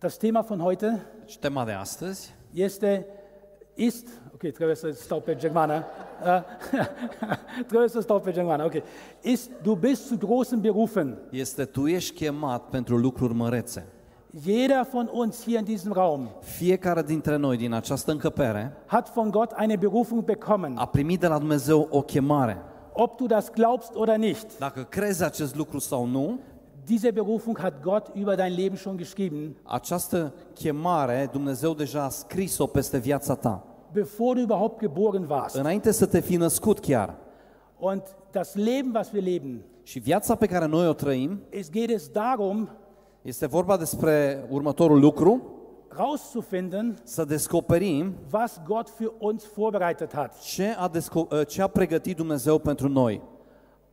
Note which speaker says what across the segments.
Speaker 1: Das Thema von heute
Speaker 2: Deci Tema de astăzi
Speaker 1: este ist. Ok, trebuie să stau pe germană. Uh, trebuie să stau pe germană. Ok. Ist du bist zu großen Berufen.
Speaker 2: este tu ești chemat pentru lucruri mărețe.
Speaker 1: Jeder von uns hier in diesem Raum
Speaker 2: Fiecare dintre noi din această încăpere
Speaker 1: hat von Gott eine Berufung bekommen.
Speaker 2: a primit de la Dumnezeu o chemare.
Speaker 1: Ob du das glaubst oder nicht,
Speaker 2: Dacă crezi acest lucru sau nu,
Speaker 1: diese Berufung hat Gott über dein Leben schon geschrieben,
Speaker 2: această chemare Dumnezeu deja a scris-o peste viața ta.
Speaker 1: bevor du überhaupt geboren warst.
Speaker 2: Înainte să te fi născut chiar.
Speaker 1: Und das Leben, was wir leben,
Speaker 2: Și viața pe care noi o trăim
Speaker 1: es geht es darum,
Speaker 2: este vorba despre următorul lucru,
Speaker 1: rauszufinden,
Speaker 2: să descoperim
Speaker 1: was Gott für uns vorbereitet hat.
Speaker 2: ce a, desco- ă, ce a pregătit Dumnezeu pentru noi.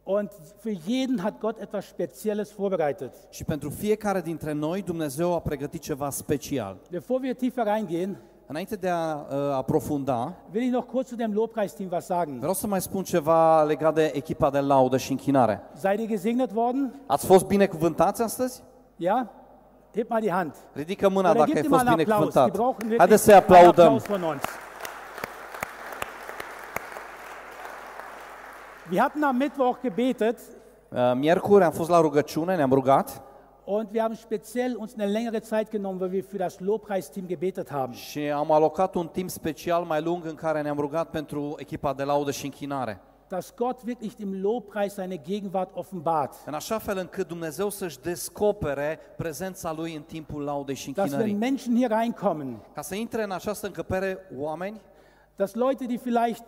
Speaker 1: Und für jeden hat Gott etwas Spezielles vorbereitet.
Speaker 2: Și pentru fiecare dintre noi Dumnezeu a pregătit ceva special.
Speaker 1: Bevor wir tiefer reingehen,
Speaker 2: Înainte de a uh, aprofunda,
Speaker 1: will ich noch kurz zu dem Lobpreisteam was sagen.
Speaker 2: vreau să mai spun ceva legat de echipa de laudă și închinare.
Speaker 1: Seid ihr gesegnet worden?
Speaker 2: Ați fost binecuvântați astăzi?
Speaker 1: Ja? Hebt mal die Hand.
Speaker 2: Ridică mâna
Speaker 1: Oder
Speaker 2: dacă ai
Speaker 1: gebt ihm
Speaker 2: fost
Speaker 1: mal einen Applaus. Die
Speaker 2: binecuvântat.
Speaker 1: brauchen wirklich
Speaker 2: Haideți să-i
Speaker 1: einen
Speaker 2: aplaudăm.
Speaker 1: Applaus von uns. Wir hatten am Mittwoch gebetet
Speaker 2: Uh, Miercuri am fost la rugăciune, ne-am rugat
Speaker 1: und wir haben speziell uns eine längere Zeit genommen, weil wir für das Lobpreisteam gebetet haben.
Speaker 2: și am alocat un timp special mai lung în care ne-am rugat pentru echipa de laudă și închinare.
Speaker 1: Dass Gott wirklich im Lobpreis seine Gegenwart offenbart.
Speaker 2: În așa fel încât Dumnezeu să-și descopere prezența Lui în timpul laudei și
Speaker 1: Dass wenn
Speaker 2: închinării.
Speaker 1: Menschen hier reinkommen,
Speaker 2: Ca să intre în această încăpere oameni
Speaker 1: dass Leute, die vielleicht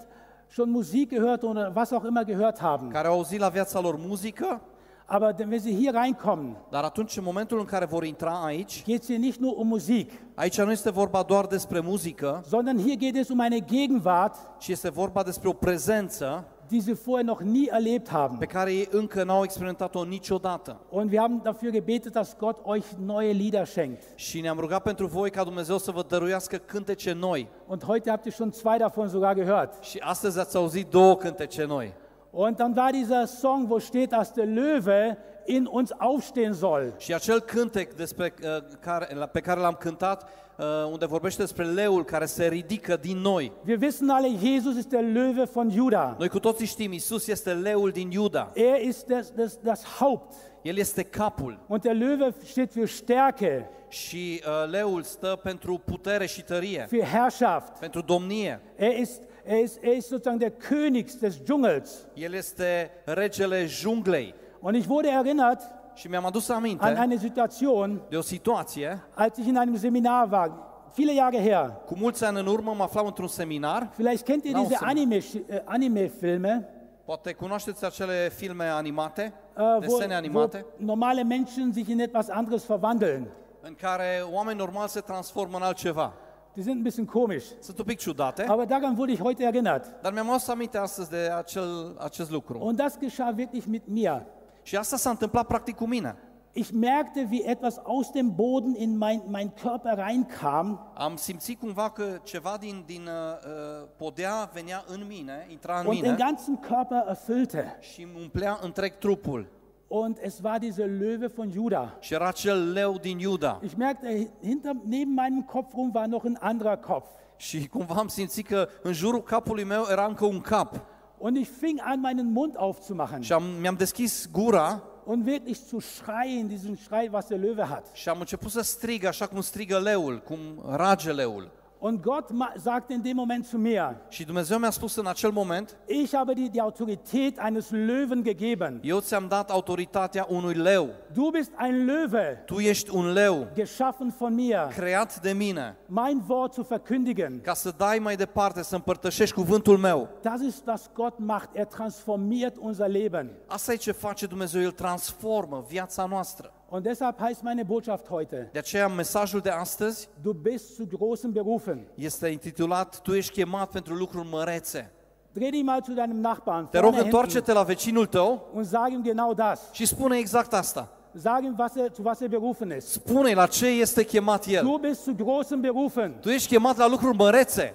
Speaker 1: schon Musik gehört oder was auch immer gehört haben,
Speaker 2: care au auzit la viața lor muzică,
Speaker 1: aber wenn sie hier reinkommen,
Speaker 2: dar atunci în momentul în care vor intra aici,
Speaker 1: geht es hier nicht nur um Musik,
Speaker 2: aici nu este vorba doar despre muzică,
Speaker 1: sondern hier geht es um eine Gegenwart,
Speaker 2: ci este vorba despre o prezență
Speaker 1: die sie vorher noch nie erlebt haben.
Speaker 2: pe care ei încă n-au experimentat-o niciodată.
Speaker 1: Und wir haben dafür gebetet, dass Gott euch neue Lieder schenkt.
Speaker 2: Și ne-am rugat pentru voi ca Dumnezeu să vă dăruiască cântece noi.
Speaker 1: Und heute habt ihr schon zwei davon sogar gehört.
Speaker 2: Și astăzi ați auzit două cântece noi.
Speaker 1: Und dann war dieser Song, wo steht, dass der Löwe in uns aufstehen soll.
Speaker 2: Și acel cântec despre, uh, care, la- pe care l-am cântat, uh, unde vorbește despre leul care se ridică din noi.
Speaker 1: Wir wissen alle, Jesus ist der Löwe von Juda.
Speaker 2: Noi cu toții știm, Isus este leul din Iuda.
Speaker 1: Er ist das, das, das Haupt.
Speaker 2: El este capul.
Speaker 1: Und der Löwe steht für Stärke,
Speaker 2: Și uh, leul stă pentru putere și tărie,
Speaker 1: für Herrschaft.
Speaker 2: pentru domnie.
Speaker 1: Er ist, er ist, er ist sozusagen der König des Dschungels.
Speaker 2: El este regele junglei.
Speaker 1: Und ich wurde erinnert
Speaker 2: Și mi-am adus
Speaker 1: an
Speaker 2: aminte
Speaker 1: eine Situation,
Speaker 2: de o situație.
Speaker 1: als ich in einem Seminar war, viele Jahre her.
Speaker 2: Cu mulți ani în urmă mă aflam într-un seminar.
Speaker 1: Vielleicht kennt ihr
Speaker 2: Na,
Speaker 1: diese
Speaker 2: awesome.
Speaker 1: Anime, äh, Anime-Filme,
Speaker 2: Poate cunoașteți acele filme animate,
Speaker 1: äh, wo,
Speaker 2: desene animate,
Speaker 1: wo normale Menschen sich in etwas anderes verwandeln.
Speaker 2: în care oameni normali se transformă în altceva.
Speaker 1: Die sind ein bisschen komisch.
Speaker 2: Sunt un pic ciudate,
Speaker 1: Aber daran wurde ich heute erinnert.
Speaker 2: dar mi-am adus aminte astăzi de acel, acest lucru.
Speaker 1: Und das geschah wirklich mit mir.
Speaker 2: Și asta s-a întâmplat practic cu mine.
Speaker 1: Ich merkte, wie etwas aus dem Boden in mein, mein Körper reinkam
Speaker 2: Am simțit cumva că ceva din, din uh, uh, podea venea în mine, intra în
Speaker 1: und den
Speaker 2: mine
Speaker 1: ganzen Körper erfüllte.
Speaker 2: și îmi umplea întreg trupul.
Speaker 1: Und es war dieser Löwe von Juda.
Speaker 2: Și era acel leu din Iuda.
Speaker 1: Ich merkte, hinter, neben meinem Kopf rum war noch ein anderer Kopf.
Speaker 2: Și cumva am simțit că în jurul capului meu era încă un cap.
Speaker 1: Und ich fing an, meinen Mund aufzumachen
Speaker 2: Și am, mi-am deschis gura
Speaker 1: und wirklich zu schreien, diesen Schrei, was der Löwe hat.
Speaker 2: și am început să strig așa cum strigă leul, cum rage leul.
Speaker 1: Und Gott ma- sagte in dem Moment zu mir,
Speaker 2: Și Dumnezeu mi-a spus în acel moment,
Speaker 1: ich habe dir die Autorität eines Löwen gegeben.
Speaker 2: eu ți-am dat autoritatea unui leu.
Speaker 1: Du bist ein Löwe,
Speaker 2: Tu ești un leu
Speaker 1: geschaffen von mir,
Speaker 2: creat de mine
Speaker 1: mein Wort zu verkündigen.
Speaker 2: ca să dai mai departe, să împărtășești cuvântul meu.
Speaker 1: Das ist, was Gott macht. Er transformiert unser Leben.
Speaker 2: Asta e ce face Dumnezeu, El transformă viața noastră.
Speaker 1: Und deshalb heißt meine Botschaft heute,
Speaker 2: De aceea mesajul de astăzi
Speaker 1: du bist zu großen Berufen.
Speaker 2: este intitulat Tu ești chemat pentru lucruri mărețe.
Speaker 1: Dreh dich mal zu deinem Nachbarn
Speaker 2: Te rog,
Speaker 1: vorne hinten,
Speaker 2: întoarce-te la vecinul tău
Speaker 1: und sag ihm genau das.
Speaker 2: și spune exact asta.
Speaker 1: Sag ihm, was er, zu was er berufen ist.
Speaker 2: Spune la ce este chemat el.
Speaker 1: Du bist zu großen Berufen.
Speaker 2: Tu ești chemat la lucruri mărețe.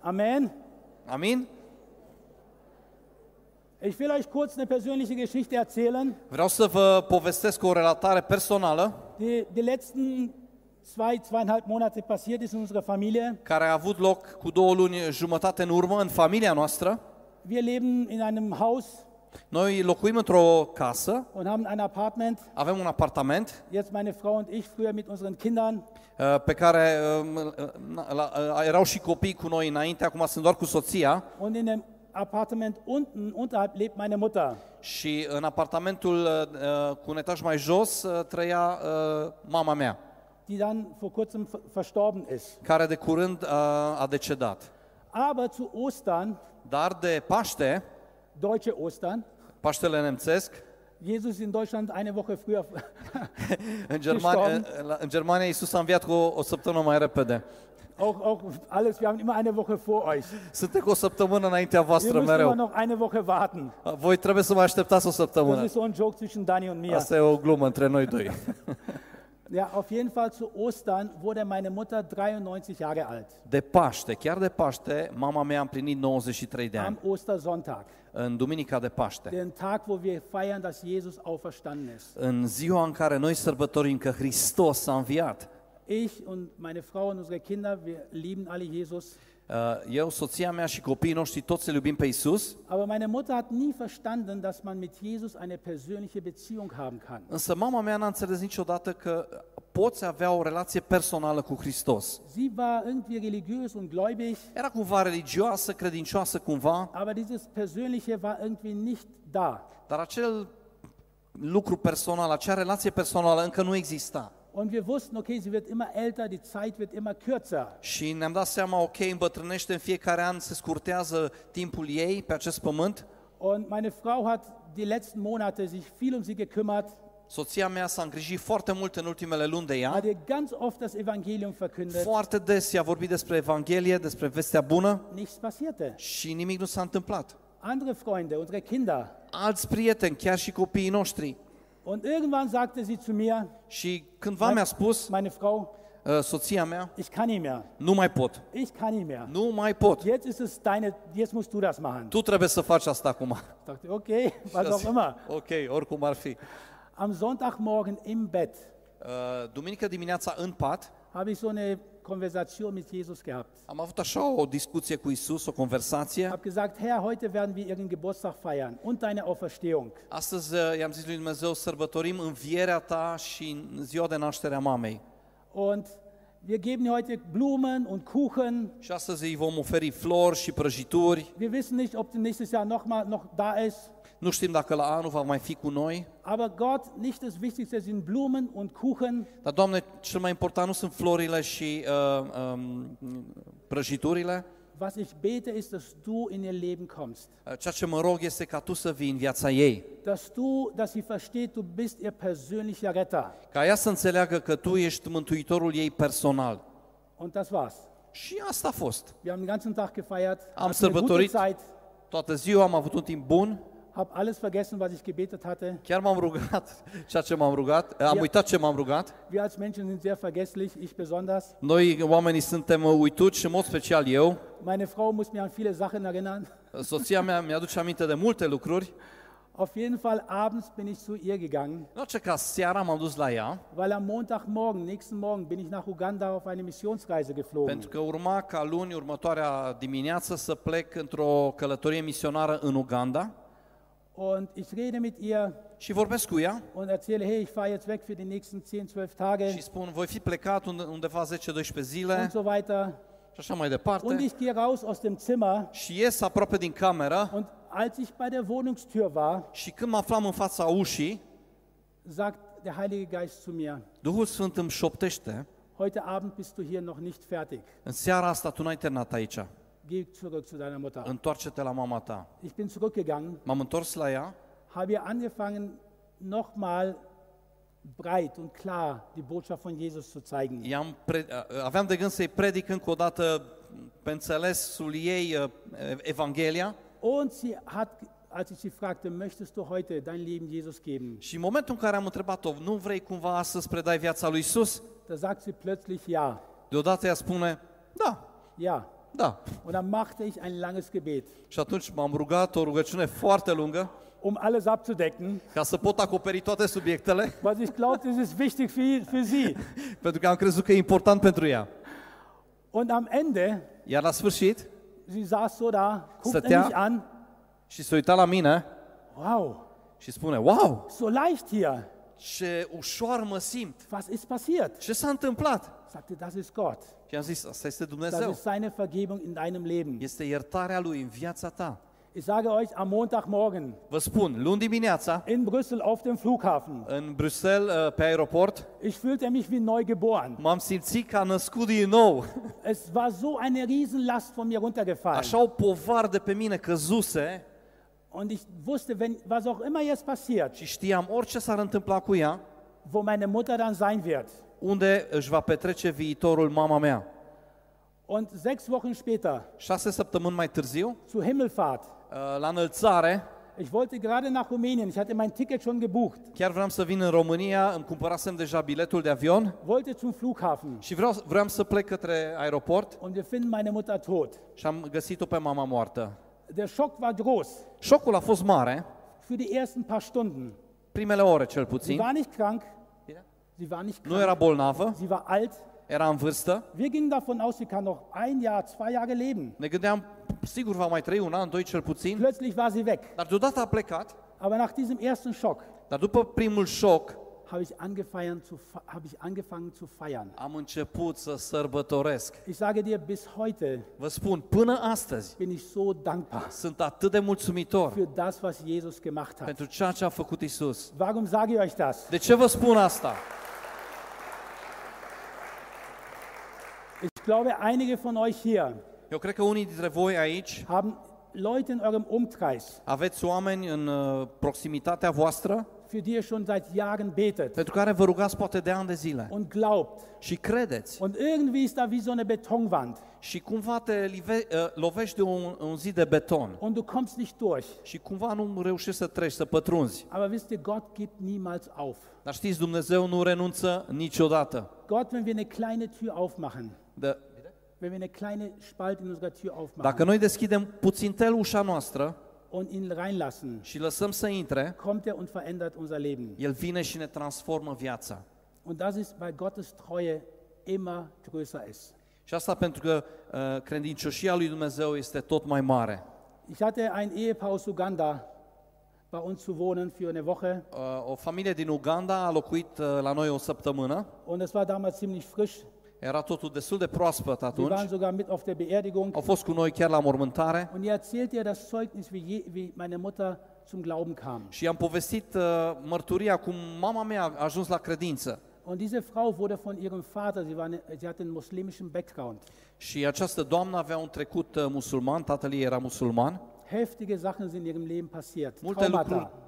Speaker 1: Amen.
Speaker 2: Amin?
Speaker 1: Ich will euch kurz eine persönliche Geschichte erzählen,
Speaker 2: Vreau să vă povestesc o relatare personală
Speaker 1: die die letzten zwei, zweieinhalb Monate passiert ist in unserer Familie.
Speaker 2: care a avut loc cu două luni jumătate în urmă în familia noastră.
Speaker 1: Wir leben in einem Haus
Speaker 2: Noi locuim într-o casă,
Speaker 1: und haben ein Apartment.
Speaker 2: avem un apartament
Speaker 1: Jetzt meine Frau und ich früher mit unseren Kindern.
Speaker 2: uh, pe care uh, na- la- uh, erau și copii cu noi înainte, acum sunt doar cu soția
Speaker 1: Und in dem Apartment unten, unterhalb, lebt meine Mutter.
Speaker 2: și în apartamentul uh, cu un etaj mai jos uh, trăia uh, mama mea,
Speaker 1: die dann vor kurzem ver- verstorben ist.
Speaker 2: care de curând uh, a decedat.
Speaker 1: Aber zu Ostern,
Speaker 2: Dar de Paște,
Speaker 1: deutsche Ostern,
Speaker 2: Paștele nemțesc,
Speaker 1: Jesus ist in Deutschland eine Woche früher.
Speaker 2: în Germania, în, în Germania Iisus a înviat cu o, o săptămână mai repede.
Speaker 1: auch, auch alles, wir haben immer eine Woche vor euch.
Speaker 2: Suntem cu o săptămână înaintea
Speaker 1: Ihr
Speaker 2: voastră
Speaker 1: müsst immer
Speaker 2: mereu.
Speaker 1: noch eine Woche warten.
Speaker 2: Voi trebuie să mă așteptați o
Speaker 1: Das
Speaker 2: săptămână.
Speaker 1: ist so ein Joke zwischen Dani und mir.
Speaker 2: Asta e o glumă între noi doi.
Speaker 1: Ja, auf jeden Fall zu Ostern wurde meine Mutter 93 Jahre alt.
Speaker 2: De Paște, chiar de Paște, mama mea a împlinit 93 de
Speaker 1: Am
Speaker 2: ani,
Speaker 1: Ostersonntag,
Speaker 2: în duminica de Paște.
Speaker 1: den Tag, wo wir feiern, dass Jesus auferstanden ist.
Speaker 2: În ziua în care noi sărbătorim că Hristos a înviat,
Speaker 1: Ich und meine Frau und unsere Kinder, wir lieben alle Jesus.
Speaker 2: uh, eu, soția mea și copiii noștri toți îl iubim pe Iisus,
Speaker 1: Aber meine Mutter hat nie verstanden, dass man mit Jesus eine persönliche Beziehung haben kann.
Speaker 2: însă mama mea n-a înțeles niciodată că poți avea o relație personală cu Hristos.
Speaker 1: Sie war irgendwie religiös und gläubig,
Speaker 2: Era cumva religioasă, credincioasă cumva,
Speaker 1: aber dieses Persönliche war irgendwie nicht da.
Speaker 2: dar acel lucru personal, acea relație personală încă nu exista.
Speaker 1: Und wir wussten, okay, sie wird immer älter, die Zeit wird immer kürzer.
Speaker 2: Și ne-am dat seama, ok, îmbătrânește în fiecare an, se scurtează timpul ei pe acest pământ.
Speaker 1: Und meine Frau hat die letzten Monate sich viel um sie gekümmert,
Speaker 2: Soția mea s-a îngrijit foarte mult în ultimele luni de ea.
Speaker 1: hat ihr ganz oft das Evangelium verkündet,
Speaker 2: Foarte des i-a vorbit despre Evanghelie, despre vestea bună
Speaker 1: nichts passierte.
Speaker 2: și nimic nu s-a întâmplat.
Speaker 1: Andere Freunde, unsere Kinder.
Speaker 2: Alți prieteni, chiar și copiii noștri.
Speaker 1: Und irgendwann sagte sie zu mir,
Speaker 2: Și cândva mi-a spus,
Speaker 1: meine Frau,
Speaker 2: uh, soția mea,
Speaker 1: ich kann nicht mehr,
Speaker 2: nu mai pot,
Speaker 1: ich kann nicht mehr.
Speaker 2: nu mai pot.
Speaker 1: Jetzt ist es deine, jetzt musst du das machen.
Speaker 2: Tu trebuie să faci asta acum.
Speaker 1: Ich dachte, okay, was auch immer.
Speaker 2: Ok, oricum ar fi.
Speaker 1: Am Sonntagmorgen im Bett
Speaker 2: Uh, Duminică dimineața în pat
Speaker 1: habe ich so eine Konversation mit Jesus gehabt.
Speaker 2: am avut așa o discuție cu Isus, o conversație.
Speaker 1: Ich habe gesagt, Herr, heute werden wir ihren Geburtstag feiern und deine Auferstehung.
Speaker 2: Astăzi uh, i-am zis lui Dumnezeu, sărbătorim învierea ta și în ziua de naștere a mamei.
Speaker 1: Und wir geben ihr heute Blumen und Kuchen.
Speaker 2: Și astăzi îi vom oferi flori și prăjituri.
Speaker 1: Wir wissen nicht, ob sie nächstes Jahr noch mal noch da ist.
Speaker 2: Nu știm dacă la anul va mai fi cu noi.
Speaker 1: Aber Gott, nicht das Wichtigste sind Blumen und Kuchen,
Speaker 2: Dar, Doamne, cel mai important nu sunt florile și uh, um, prăjiturile.
Speaker 1: was ich bete, ist, dass du in ihr Leben kommst.
Speaker 2: Uh, Ceea ce mă rog este ca Tu să vii în viața ei.
Speaker 1: Dass du, dass sie versteht, du bist ihr persönlicher Retter.
Speaker 2: Ca ea să înțeleagă că Tu ești mântuitorul ei personal.
Speaker 1: Und das war's.
Speaker 2: Și asta a fost.
Speaker 1: Wir haben den ganzen Tag gefeiert, hatten
Speaker 2: Am
Speaker 1: eine gute
Speaker 2: sărbătorit.
Speaker 1: Zeit,
Speaker 2: Toată ziua am avut un timp bun.
Speaker 1: habe alles vergessen, was ich gebetet hatte.
Speaker 2: Chiar m-am rugat ceea ce m-am rugat. Am
Speaker 1: Ia-
Speaker 2: uitat ce m-am rugat.
Speaker 1: Wir als Menschen sind sehr vergesslich, ich besonders.
Speaker 2: Noi, oamenii, suntem uh, uituci, în mod special eu.
Speaker 1: Meine Frau muss mir an viele Sachen erinnern.
Speaker 2: Soția mea mi-aduce aminte de multe lucruri.
Speaker 1: Auf jeden Fall abends bin ich zu ihr gegangen,
Speaker 2: În orice caz, seara m-am dus la ea,
Speaker 1: weil am Montagmorgen, nächsten Morgen, bin ich nach Uganda auf eine Missionsreise geflogen.
Speaker 2: pentru că urma ca luni, următoarea dimineață, să plec într-o călătorie misionară în Uganda
Speaker 1: Und ich rede mit ihr
Speaker 2: și vorbesc cu ea
Speaker 1: und erzähle, hey, ich fahre jetzt weg für die nächsten 10, 12
Speaker 2: și
Speaker 1: Tage
Speaker 2: spun, voi fi plecat unde- undeva 10-12 zile
Speaker 1: und so weiter.
Speaker 2: și așa mai
Speaker 1: Und
Speaker 2: departe.
Speaker 1: ich gehe raus aus dem Zimmer
Speaker 2: Și ies aproape din cameră
Speaker 1: und als ich bei der Wohnungstür war,
Speaker 2: și când mă aflam în fața ușii,
Speaker 1: sagt der Heilige Geist zu mir,
Speaker 2: Duhul Sfânt îmi șoptește,
Speaker 1: Heute Abend bist du hier noch nicht fertig.
Speaker 2: în seara asta tu n-ai terminat aici,
Speaker 1: Geh zurück zu deiner Mutter.
Speaker 2: întoarce-te la mama ta.
Speaker 1: Ich bin zurückgegangen,
Speaker 2: M-am întors la ea
Speaker 1: habe ihr angefangen, nochmal breit und klar die Botschaft von Jesus zu zeigen.
Speaker 2: I-am pre- aveam de gând să-i predic încă o dată pe înțelesul ei uh, Evanghelia
Speaker 1: Und sie hat, als ich sie fragte, möchtest du heute dein Leben Jesus geben?
Speaker 2: și în momentul în care am întrebat-o, nu vrei cumva astăzi să predai viața lui Isus?
Speaker 1: Da sagt sie plötzlich ja.
Speaker 2: Deodată ea spune, da,
Speaker 1: Ja.
Speaker 2: Da.
Speaker 1: Und dann machte ich ein langes Gebet,
Speaker 2: Și atunci m-am rugat o rugăciune foarte lungă
Speaker 1: um alles abzudecken,
Speaker 2: ca să pot acoperi toate subiectele,
Speaker 1: was ich glaubte, es ist wichtig für, für sie.
Speaker 2: pentru că am crezut că e important pentru ea.
Speaker 1: Und am Ende,
Speaker 2: Iar la sfârșit,
Speaker 1: sie saß so da, guckte
Speaker 2: Stătea-
Speaker 1: mich an,
Speaker 2: și se uita la mine
Speaker 1: wow,
Speaker 2: și spune, wow,
Speaker 1: so leicht hier,
Speaker 2: ce ușor mă simt.
Speaker 1: was ist passiert?
Speaker 2: Ce s-a întâmplat?
Speaker 1: Ich sagte, das ist Gott,
Speaker 2: Și am zis, asta este
Speaker 1: das
Speaker 2: Dumnezeu.
Speaker 1: ist seine Vergebung in deinem Leben.
Speaker 2: Este iertarea Lui în viața ta.
Speaker 1: Ich sage euch, am Montagmorgen
Speaker 2: Vă spun, luni dimineața,
Speaker 1: in Brüssel auf dem Flughafen,
Speaker 2: în Bruxelles, uh, pe aeroport,
Speaker 1: ich fühlte mich wie neu geboren.
Speaker 2: m-am simțit ca născut din nou.
Speaker 1: Es war so eine Riesenlast von mir runtergefallen.
Speaker 2: Așa o povară de pe mine căzuse
Speaker 1: Und ich wusste, wenn, was auch immer jetzt passiert,
Speaker 2: și știam orice s-ar întâmpla cu ea,
Speaker 1: wo meine Mutter dann sein wird.
Speaker 2: unde își va petrece viitorul mama mea.
Speaker 1: Und sechs Wochen später,
Speaker 2: Șase săptămâni mai târziu, uh,
Speaker 1: zur Himmelfahrt,
Speaker 2: la înălțare,
Speaker 1: ich wollte gerade nach Rumänien, ich hatte mein Ticket schon gebucht,
Speaker 2: chiar vreau să vin în România, îmi cumpărasem deja biletul de avion
Speaker 1: wollte zum Flughafen
Speaker 2: și vreau, vreau să plec către aeroport
Speaker 1: und wir finden meine Mutter tot.
Speaker 2: și am găsit-o pe mama moartă.
Speaker 1: Der Schock war groß
Speaker 2: Șocul a fost mare,
Speaker 1: für die ersten paar Stunden.
Speaker 2: primele ore cel
Speaker 1: Sie
Speaker 2: puțin.
Speaker 1: war nicht krank, sie war nicht
Speaker 2: Nu
Speaker 1: krank,
Speaker 2: era bolnavă,
Speaker 1: sie war alt.
Speaker 2: era în vârstă.
Speaker 1: Wir gingen davon aus, sie kann noch ein Jahr, zwei Jahre leben.
Speaker 2: Ne gândeam, sigur va mai trăi un an, doi cel puțin,
Speaker 1: Plötzlich war sie weg.
Speaker 2: dar deodată a plecat.
Speaker 1: Aber nach diesem ersten Schock
Speaker 2: Dar după primul șoc,
Speaker 1: habe ich, angefeiern zu fe- habe ich angefangen zu feiern.
Speaker 2: am început să sărbătoresc.
Speaker 1: Ich sage dir, bis heute
Speaker 2: Vă spun, până astăzi,
Speaker 1: bin ich so dankbar
Speaker 2: sunt atât de mulțumitor
Speaker 1: für das, was Jesus gemacht hat.
Speaker 2: pentru ceea ce a făcut Isus.
Speaker 1: Warum sage ich euch das?
Speaker 2: De ce vă spun asta?
Speaker 1: Ich glaube, einige von euch hier
Speaker 2: Eu cred că unii dintre voi aici
Speaker 1: haben Leute in eurem Umkreis,
Speaker 2: aveți oameni în uh, proximitatea voastră
Speaker 1: für die ihr schon seit Jahren betet
Speaker 2: pentru care vă rugați poate de ani de zile
Speaker 1: und glaubt.
Speaker 2: și credeți
Speaker 1: Und irgendwie ist da wie so eine Betonwand
Speaker 2: și cumva te live, uh, lovești de un, un zid de beton
Speaker 1: und du kommst nicht durch.
Speaker 2: și cumva nu reușești să treci, să pătrunzi.
Speaker 1: Aber wisst ihr, Gott gibt niemals auf.
Speaker 2: Dar știți, Dumnezeu nu renunță niciodată.
Speaker 1: Gott, wenn wir eine kleine Tür aufmachen,
Speaker 2: De,
Speaker 1: wenn wir eine kleine Spalte in unserer Tür
Speaker 2: dacă
Speaker 1: aufmachen
Speaker 2: noi deschidem puțintel ușa noastră
Speaker 1: und ihn reinlassen,
Speaker 2: și lăsăm să intre,
Speaker 1: kommt er und verändert unser Leben.
Speaker 2: El vine și ne transformă viața.
Speaker 1: Und das ist, weil Gottes Treue immer größer ist.
Speaker 2: Și asta pentru că uh, credincioșia lui Dumnezeu este tot mai mare.
Speaker 1: Ich hatte ein Ehepaar aus Uganda bei uns zu wohnen für eine Woche
Speaker 2: Uh, o familie din Uganda a locuit uh, la noi o săptămână.
Speaker 1: und es war damals ziemlich frisch.
Speaker 2: Era totul destul de proaspăt
Speaker 1: Wir waren
Speaker 2: atunci.
Speaker 1: sogar mit auf der Beerdigung
Speaker 2: Au fost cu noi chiar la mormântare
Speaker 1: und ihr erzählt ihr das Zeugnis, wie, je, wie meine Mutter zum Glauben kam.
Speaker 2: și am povestit uh, mărturia cum mama mea a ajuns la credință.
Speaker 1: Und diese Frau wurde von ihrem Vater, sie, war eine, sie hatte einen muslimischen Background,
Speaker 2: Și această doamnă avea un trecut uh, musulman, tatăl ei era musulman.
Speaker 1: heftige Sachen sind in ihrem Leben passiert,
Speaker 2: Multe lucruri
Speaker 1: Traumata.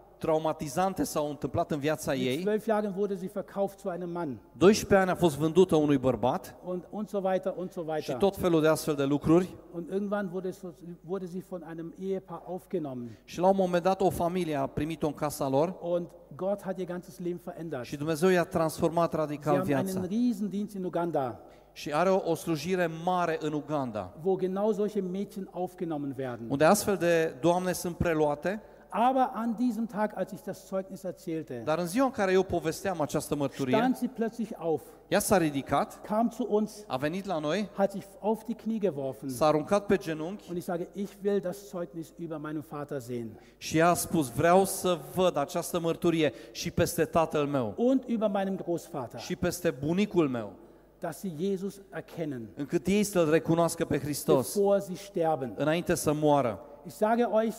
Speaker 1: Deci
Speaker 2: traumatizante s-au întâmplat în viața
Speaker 1: Mit
Speaker 2: ei.
Speaker 1: zwölf Jahren wurde sie verkauft zu einem Mann
Speaker 2: 12 ani a fost vândută unui bărbat
Speaker 1: und, und so weiter und so
Speaker 2: și
Speaker 1: weiter.
Speaker 2: tot felul de astfel de lucruri.
Speaker 1: Und irgendwann wurde, es, wurde sie von einem Ehepaar aufgenommen.
Speaker 2: Și la un moment dat o familie a primit-o în casa lor
Speaker 1: Und Gott hat ihr ganzes Leben verändert.
Speaker 2: și
Speaker 1: Sie
Speaker 2: Dumnezeu i-a transformat radical
Speaker 1: haben einen
Speaker 2: viața.
Speaker 1: Riesendienst in Uganda,
Speaker 2: Și are o, o slujire mare în Uganda,
Speaker 1: wo genau solche Mädchen aufgenommen werden.
Speaker 2: unde astfel de doamne sunt preluate,
Speaker 1: Aber an diesem Tag, als ich das Zeugnis erzählte,
Speaker 2: dar în ziua în care eu povesteam această mărturie,
Speaker 1: stand sie plötzlich auf,
Speaker 2: ea s-a ridicat,
Speaker 1: kam zu uns,
Speaker 2: a venit la noi,
Speaker 1: hat sich auf die Knie geworfen.
Speaker 2: s-a aruncat pe genunchi
Speaker 1: Und ich sage, ich will das Zeugnis über meinen Vater sehen
Speaker 2: și ea a spus, vreau să văd această mărturie și peste tatăl meu,
Speaker 1: und über meinem Großvater,
Speaker 2: și peste bunicul meu,
Speaker 1: dass sie Jesus erkennen,
Speaker 2: încât ei să-L recunoască pe Hristos,
Speaker 1: bevor sie sterben.
Speaker 2: înainte să moară.
Speaker 1: Ich sage euch,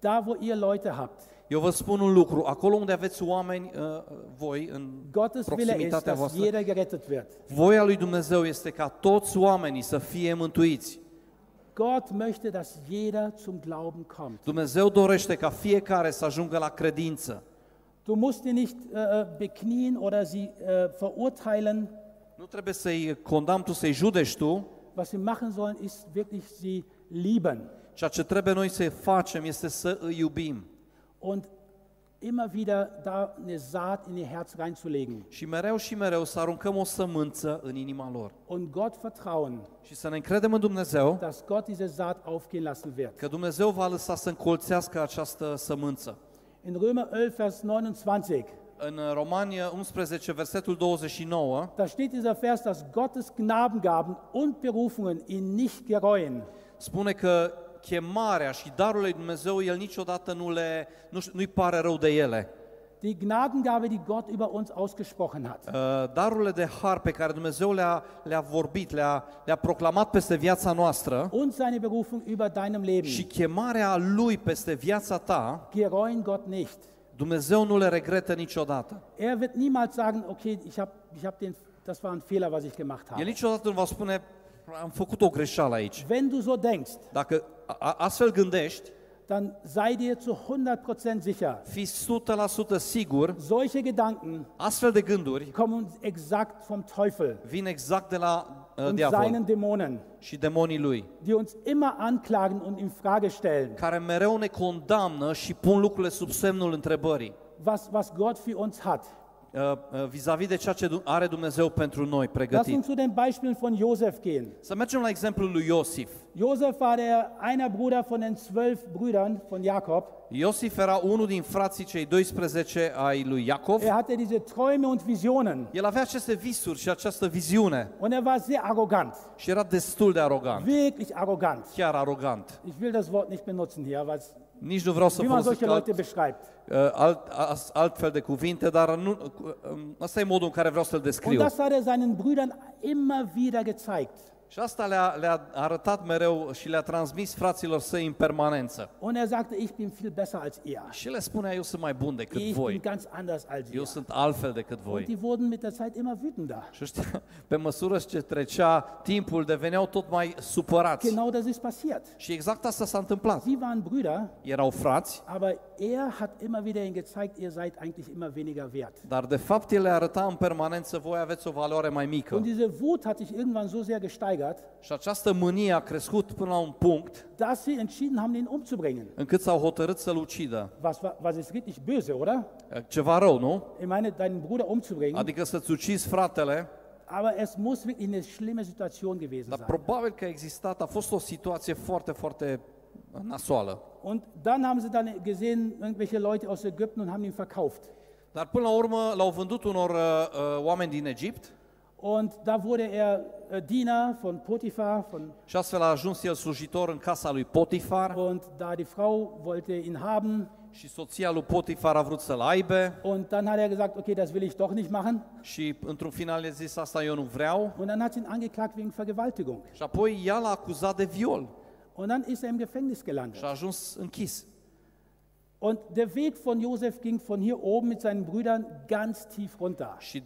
Speaker 1: da wo ihr Leute habt,
Speaker 2: Eu vă spun un lucru, acolo unde aveți oameni, uh, voi, în
Speaker 1: Gottes Wille ist,
Speaker 2: proximitatea
Speaker 1: dass
Speaker 2: voastră,
Speaker 1: jeder gerettet wird.
Speaker 2: Voia lui Dumnezeu este ca toți oamenii să fie mântuiți.
Speaker 1: Gott möchte, dass jeder zum Glauben kommt.
Speaker 2: Dumnezeu dorește ca fiecare să ajungă la credință.
Speaker 1: Du musst dir nicht äh, beknien oder sie äh, verurteilen.
Speaker 2: Nu trebuie să-i condamn tu, să-i judești tu.
Speaker 1: Was wir machen sollen, ist wirklich sie lieben
Speaker 2: Ceea ce trebuie noi să facem este să îi iubim.
Speaker 1: und immer wieder da eine Saat in ihr Herz reinzulegen
Speaker 2: Și mereu și mereu să aruncăm o sămânță în inima lor.
Speaker 1: und Gott vertrauen,
Speaker 2: Și să ne încredem în Dumnezeu
Speaker 1: dass Gott diese Saat aufgehen lassen wird.
Speaker 2: că Dumnezeu va lăsa să încolțească această sămânță.
Speaker 1: In Römer 11, Vers 29,
Speaker 2: În Romani 11, versetul 29,
Speaker 1: da steht dieser Vers, dass Gottes Gnadengaben und Berufungen ihn nicht gereuen.
Speaker 2: spune că chemarea și darul lui Dumnezeu, el niciodată nu le, nu, nu-i pare rău de ele.
Speaker 1: Die Gnadengabe, die Gott über uns ausgesprochen hat.
Speaker 2: Uh, Darurile de har pe care Dumnezeu le-a, le-a vorbit, le-a, le-a proclamat peste viața noastră
Speaker 1: und seine Berufung über deinem
Speaker 2: și
Speaker 1: Leben
Speaker 2: chemarea Lui peste viața ta,
Speaker 1: gereuen Gott nicht.
Speaker 2: Dumnezeu nu le regretă niciodată.
Speaker 1: Er wird niemals sagen, okay, ich habe ich hab den, das war ein Fehler, was ich gemacht
Speaker 2: El
Speaker 1: habe.
Speaker 2: niciodată nu va spune, am făcut o greșeală aici.
Speaker 1: Wenn du so denkst,
Speaker 2: Dacă a- a- astfel gândești,
Speaker 1: dann sei dir zu 100% sicher,
Speaker 2: fii 100% sigur,
Speaker 1: solche Gedanken
Speaker 2: astfel de gânduri
Speaker 1: kommen exakt vom Teufel
Speaker 2: vin exact de la uh,
Speaker 1: und
Speaker 2: diavol
Speaker 1: seinen Dämonen,
Speaker 2: și demonii lui,
Speaker 1: die uns immer anklagen und in Frage stellen,
Speaker 2: care mereu ne condamnă și pun lucrurile sub semnul întrebării.
Speaker 1: was, was Gott für uns hat.
Speaker 2: uh, uh, vis-a-vis de ceea ce du- are Dumnezeu pentru noi
Speaker 1: Lass
Speaker 2: pregătit.
Speaker 1: uns zu den Beispielen von Josef gehen.
Speaker 2: Să mergem la exemplul lui Iosif.
Speaker 1: Josef war der einer Bruder von den zwölf Brüdern von Jakob.
Speaker 2: Iosif era unul din frații cei 12 ai lui Iacov.
Speaker 1: Er hatte diese Träume und Visionen.
Speaker 2: El avea aceste visuri și această viziune
Speaker 1: Und er war sehr arrogant,
Speaker 2: și era destul de arogant,
Speaker 1: wirklich arrogant.
Speaker 2: chiar arogant.
Speaker 1: Ich will das Wort nicht benutzen hier, weil es-
Speaker 2: Nici nu vreau să
Speaker 1: wie man
Speaker 2: folosesc
Speaker 1: solche
Speaker 2: alt,
Speaker 1: Leute beschreibt.
Speaker 2: uh, alt, as- altfel de cuvinte, dar nu, cu- um, asta e modul în care vreau să-l
Speaker 1: Und
Speaker 2: descriu.
Speaker 1: das hat er seinen Brüdern immer wieder gezeigt.
Speaker 2: Și asta le-a, le-a arătat mereu și le-a transmis fraților săi în permanență.
Speaker 1: Und er sagte, ich bin viel besser als ihr.
Speaker 2: Și le spunea, eu sunt mai bun decât
Speaker 1: Ich
Speaker 2: voi,
Speaker 1: bin ganz anders als
Speaker 2: eu
Speaker 1: ihr.
Speaker 2: sunt altfel decât voi.
Speaker 1: Und die wurden mit der Zeit immer wütender.
Speaker 2: Și ăștia, pe măsură ce trecea timpul, deveneau tot mai supărați.
Speaker 1: Genau das ist passiert.
Speaker 2: Și exact asta s-a întâmplat.
Speaker 1: Sie waren Brüder,
Speaker 2: Erau frați,
Speaker 1: aber er hat immer wieder ihnen gezeigt, ihr seid eigentlich immer weniger wert.
Speaker 2: dar de fapt el le arăta în permanență, voi aveți o valoare mai mică.
Speaker 1: Und diese Wut hat sich irgendwann so sehr gesteigert,
Speaker 2: Și această mânie a crescut până la un punct
Speaker 1: dass sie entschieden haben, ihn umzubringen.
Speaker 2: încât s-au hotărât să-l ucidă. Uh,
Speaker 1: Was, war- was ist richtig böse, oder?
Speaker 2: Ceva rău, nu?
Speaker 1: Ich meine, deinen Bruder umzubringen.
Speaker 2: Adică să-ți ucizi fratele,
Speaker 1: Aber es muss wirklich eine schlimme Situation gewesen
Speaker 2: dar
Speaker 1: sein.
Speaker 2: probabil că a existat, a fost o situație foarte, foarte nasoală.
Speaker 1: Und dann haben sie dann gesehen, irgendwelche Leute aus Ägypten und haben ihn verkauft.
Speaker 2: Dar până la urmă l-au vândut unor uh, uh, oameni din Egipt
Speaker 1: Und da wurde er äh, Diener von Potiphar. Von,
Speaker 2: și astfel a ajuns el slujitor în casa lui Potifar.
Speaker 1: und da die Frau wollte ihn haben.
Speaker 2: Și soția lui Potifar a vrut să-l aibă
Speaker 1: Und dann hat er gesagt, okay, das will ich doch nicht machen.
Speaker 2: și într-un final i-a zis asta eu nu vreau.
Speaker 1: Und dann hat sie ihn angeklagt wegen Vergewaltigung.
Speaker 2: Și apoi ea l-a acuzat de viol
Speaker 1: Und dann ist er im Gefängnis
Speaker 2: și a
Speaker 1: gelandet.
Speaker 2: ajuns închis.
Speaker 1: Und der Weg von Josef ging von hier oben mit seinen Brüdern ganz tief runter.
Speaker 2: Și